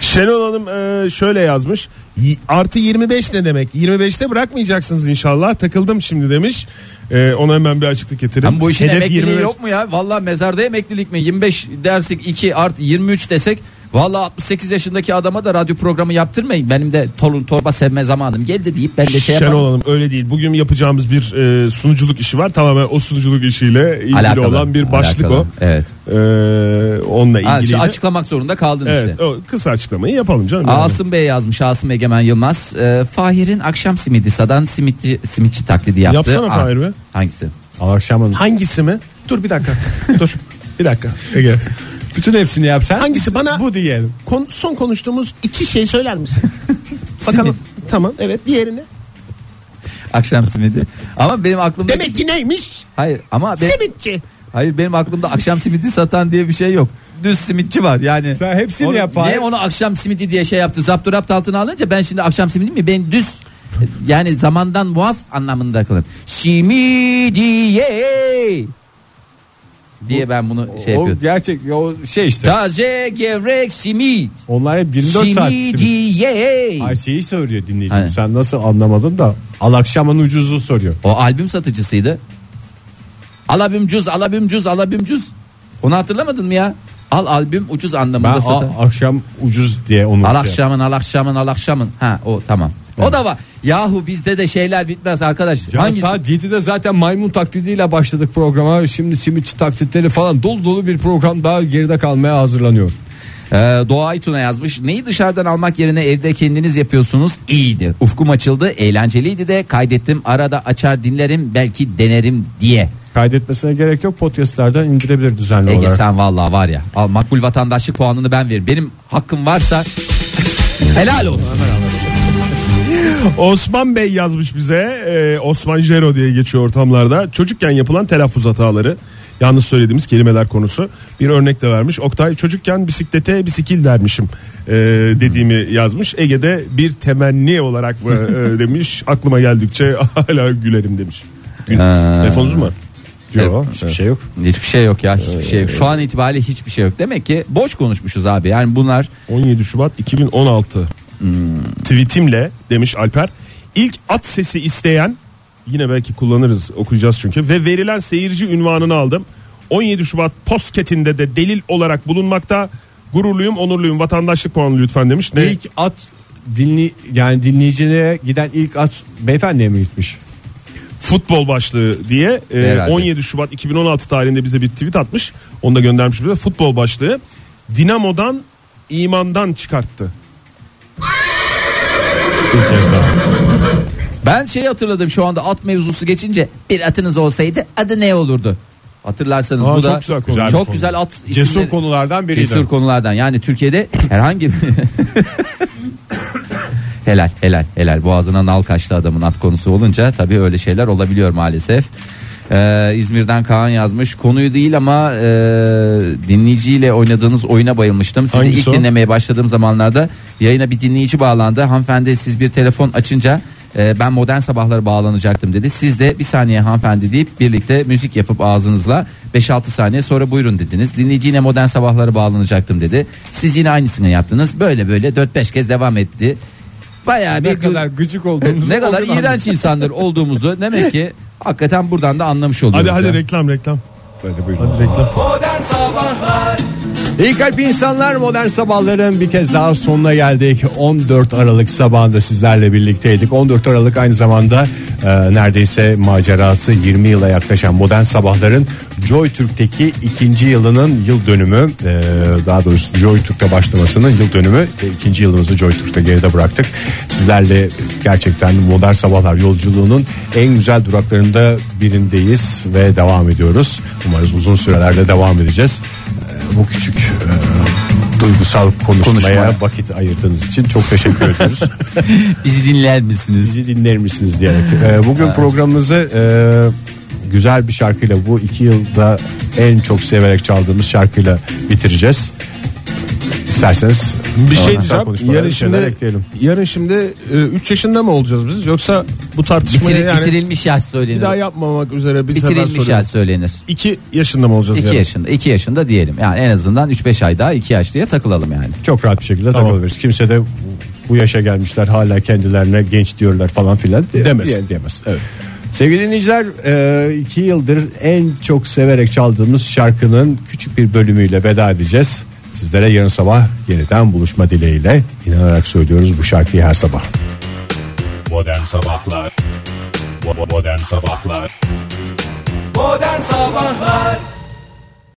Speaker 5: Şenol Hanım e, şöyle yazmış. Y- Artı 25 ne demek? 25'te bırakmayacaksınız inşallah. Takıldım şimdi demiş. E, ona hemen bir açıklık getirin.
Speaker 3: Ama bu işin
Speaker 5: Hedef
Speaker 3: emekliliği
Speaker 5: 25.
Speaker 3: yok mu ya? Valla mezarda emeklilik mi? 25 dersek 2 art 23 desek Valla 68 yaşındaki adama da radyo programı yaptırmayın. Benim de torun torba sevme zamanım geldi deyip ben de şey
Speaker 5: Şenol
Speaker 3: yapamam.
Speaker 5: Hanım öyle değil. Bugün yapacağımız bir e, sunuculuk işi var. Tamamen o sunuculuk işiyle ilgili
Speaker 3: Alakalı,
Speaker 5: olan bir başlık
Speaker 3: alakalı.
Speaker 5: o.
Speaker 3: Evet.
Speaker 5: E, onunla
Speaker 3: Ha,
Speaker 5: ilgili.
Speaker 3: şu açıklamak zorunda kaldın
Speaker 5: evet,
Speaker 3: işte.
Speaker 5: o kısa açıklamayı yapalım canım. Yani.
Speaker 3: Asım Bey yazmış Asım Egemen Yılmaz. Ee, Fahir'in akşam simidi sadan simitçi, simitçi taklidi yaptı. Ah,
Speaker 5: Yapsana Fahir be.
Speaker 3: Hangisi?
Speaker 2: Akşam hanım.
Speaker 5: Hangisi mi? Dur bir dakika. Dur. Bir dakika.
Speaker 2: Ege. Bütün hepsini yapsan.
Speaker 5: Hangisi bana-
Speaker 2: Bu diyelim.
Speaker 5: Kon- son konuştuğumuz iki şey söyler misin? Bakalım. tamam evet diğerini.
Speaker 3: Akşam simidi. Ama benim aklımda
Speaker 5: Demek ki neymiş?
Speaker 3: Hayır ama ben-
Speaker 5: Simitçi.
Speaker 3: hayır benim aklımda akşam simidi satan diye bir şey yok. Düz simitçi var yani.
Speaker 2: Sen hepsini
Speaker 3: Onu-
Speaker 2: yap
Speaker 3: Niye
Speaker 2: Fahir.
Speaker 3: onu akşam simidi diye şey yaptı? Zapturapt altına alınca ben şimdi akşam simidi mi? Ben düz yani zamandan muaf anlamında kalır. Simidiye diye ben bunu şey
Speaker 2: o
Speaker 3: yapıyorum.
Speaker 2: gerçek o şey işte.
Speaker 3: Taze gevrek simit.
Speaker 2: Onlar hep 24 saat. şimdi. Ay
Speaker 3: Simidiye.
Speaker 2: şeyi soruyor dinleyicim.
Speaker 3: Aynen.
Speaker 2: Sen nasıl anlamadın da al akşamın ucuzu soruyor.
Speaker 3: O albüm satıcısıydı. Alabim cüz, alabim cüz, alabim cüz. Onu hatırlamadın mı ya? Al albüm ucuz anlamında
Speaker 2: Ben
Speaker 3: satar.
Speaker 2: al akşam ucuz diye onu
Speaker 3: Al
Speaker 2: şey-
Speaker 3: akşamın al akşamın al akşamın. Ha o tamam. O da var. Yahu bizde de şeyler bitmez arkadaş.
Speaker 2: Ya
Speaker 3: Hangisi?
Speaker 2: saat 7'de zaten maymun taklidiyle başladık programa. Şimdi simitçi taklitleri falan dolu dolu bir program daha geride kalmaya hazırlanıyor.
Speaker 3: Ee, Doğa Aytun'a yazmış. Neyi dışarıdan almak yerine evde kendiniz yapıyorsunuz? İyiydi. Ufkum açıldı. Eğlenceliydi de kaydettim. Arada açar dinlerim belki denerim diye.
Speaker 2: Kaydetmesine gerek yok. Podcast'lerden indirebilir düzenli
Speaker 3: Ege
Speaker 2: olarak.
Speaker 3: sen vallahi var ya. Al makbul vatandaşlık puanını ben veririm. Benim hakkım varsa helal olsun.
Speaker 5: Osman Bey yazmış bize. e, Osman Jero diye geçiyor ortamlarda. Çocukken yapılan telaffuz hataları. Yalnız söylediğimiz kelimeler konusu. Bir örnek de vermiş. Oktay çocukken bisiklete bisikil dermişim e, dediğimi yazmış. Ege'de bir temenni olarak mı e, demiş. Aklıma geldikçe hala gülerim demiş. Gül- Telefonunuz mu var?
Speaker 2: Yok, hiçbir şey yok.
Speaker 3: Hiçbir şey yok ya hiçbir şey yok. Şu an itibariyle hiçbir şey yok. Demek ki boş konuşmuşuz abi. Yani bunlar
Speaker 5: 17 Şubat 2016 tweetimle demiş Alper ilk at sesi isteyen yine belki kullanırız okuyacağız çünkü ve verilen seyirci ünvanını aldım 17 Şubat postketinde de delil olarak bulunmakta gururluyum onurluyum vatandaşlık puanı lütfen demiş ne
Speaker 2: İlk at dinli yani dinleyicilere giden ilk at beyefendiye mi gitmiş?
Speaker 5: futbol başlığı diye e,
Speaker 3: Herhalde.
Speaker 5: 17 Şubat 2016 tarihinde bize bir tweet atmış onu da göndermiş bize futbol başlığı Dinamo'dan imandan çıkarttı bir kez daha
Speaker 3: Ben şey hatırladım şu anda at mevzusu geçince bir atınız olsaydı adı ne olurdu? Hatırlarsanız
Speaker 5: Aa,
Speaker 3: bu
Speaker 5: çok
Speaker 3: da
Speaker 5: güzel konu.
Speaker 3: çok
Speaker 5: Güzel
Speaker 3: güzel at isimleri-
Speaker 2: Cesur konulardan biriydi.
Speaker 3: cesur konulardan. Yani Türkiye'de herhangi bir helal helal helal boğazına nal kaçtı adamın at konusu olunca tabii öyle şeyler olabiliyor maalesef. Ee, İzmir'den Kaan yazmış konuyu değil ama e, dinleyiciyle oynadığınız oyuna bayılmıştım. Sizi
Speaker 5: Hangisi
Speaker 3: ilk
Speaker 5: o?
Speaker 3: dinlemeye başladığım zamanlarda yayına bir dinleyici bağlandı. Hanımefendi siz bir telefon açınca e, ben modern sabahları bağlanacaktım dedi. Siz de bir saniye hanımefendi deyip birlikte müzik yapıp ağzınızla 5-6 saniye sonra buyurun dediniz. Dinleyici yine modern sabahları bağlanacaktım dedi. Siz yine aynısını yaptınız. Böyle böyle 4-5 kez devam etti. Bayağı bir
Speaker 2: Ne kadar gıcık olduğumuzu.
Speaker 3: ne kadar
Speaker 2: oradan-
Speaker 3: iğrenç insanlar olduğumuzu demek ki hakikaten buradan da anlamış oluyoruz.
Speaker 5: hadi hadi
Speaker 3: ya.
Speaker 5: reklam reklam
Speaker 2: Hadi buyurun.
Speaker 5: hadi reklam
Speaker 2: İyi kalp insanlar modern sabahların bir kez daha sonuna geldik. 14 Aralık sabahında sizlerle birlikteydik. 14 Aralık aynı zamanda e, neredeyse macerası 20 yıla yaklaşan modern sabahların Joy Türk'teki ikinci yılının yıl dönümü e, daha doğrusu Joy Türk'te başlamasının yıl dönümü ve ikinci yılımızı Joy Türk'te geride bıraktık. Sizlerle gerçekten modern sabahlar yolculuğunun en güzel duraklarında birindeyiz ve devam ediyoruz. Umarız uzun sürelerde devam edeceğiz. E, bu küçük e, duygusal konuşmaya,
Speaker 3: Konuşmaya.
Speaker 2: vakit ayırdığınız için çok teşekkür ediyoruz.
Speaker 3: Bizi dinler misiniz?
Speaker 2: Bizi dinler misiniz diyerek. E, bugün programımızı e, güzel bir şarkıyla bu iki yılda en çok severek çaldığımız şarkıyla bitireceğiz. İsterseniz
Speaker 5: Bir şey
Speaker 2: Sonra
Speaker 5: diyeceğim.
Speaker 2: konuşmalara
Speaker 5: Yarın
Speaker 2: bir şeyler
Speaker 5: şimdi,
Speaker 2: ekleyelim.
Speaker 5: yarın şimdi 3 yaşında mı olacağız biz? Yoksa bu tartışmayı
Speaker 3: Bitiril-
Speaker 5: yani
Speaker 3: bitirilmiş yaş söylenir.
Speaker 5: bir daha yapmamak üzere bir sefer
Speaker 3: bitirilmiş yaş
Speaker 5: soruyorum.
Speaker 3: söylenir.
Speaker 5: 2 yaşında mı olacağız
Speaker 3: 2
Speaker 5: yarın?
Speaker 3: yaşında 2 yaşında diyelim. Yani en azından 3-5 ay daha 2 yaş diye takılalım yani.
Speaker 2: Çok rahat bir şekilde takılabiliriz. Kimse de bu yaşa gelmişler hala kendilerine genç diyorlar falan filan diye-
Speaker 5: Demez.
Speaker 2: diye- diyemez. Evet. Sevgili dinleyiciler e, iki yıldır en çok severek çaldığımız şarkının küçük bir bölümüyle veda edeceğiz. Sizlere yarın sabah yeniden buluşma dileğiyle inanarak söylüyoruz bu şarkıyı her sabah.
Speaker 8: Modern Sabahlar Bo- Modern Sabahlar
Speaker 9: Modern Sabahlar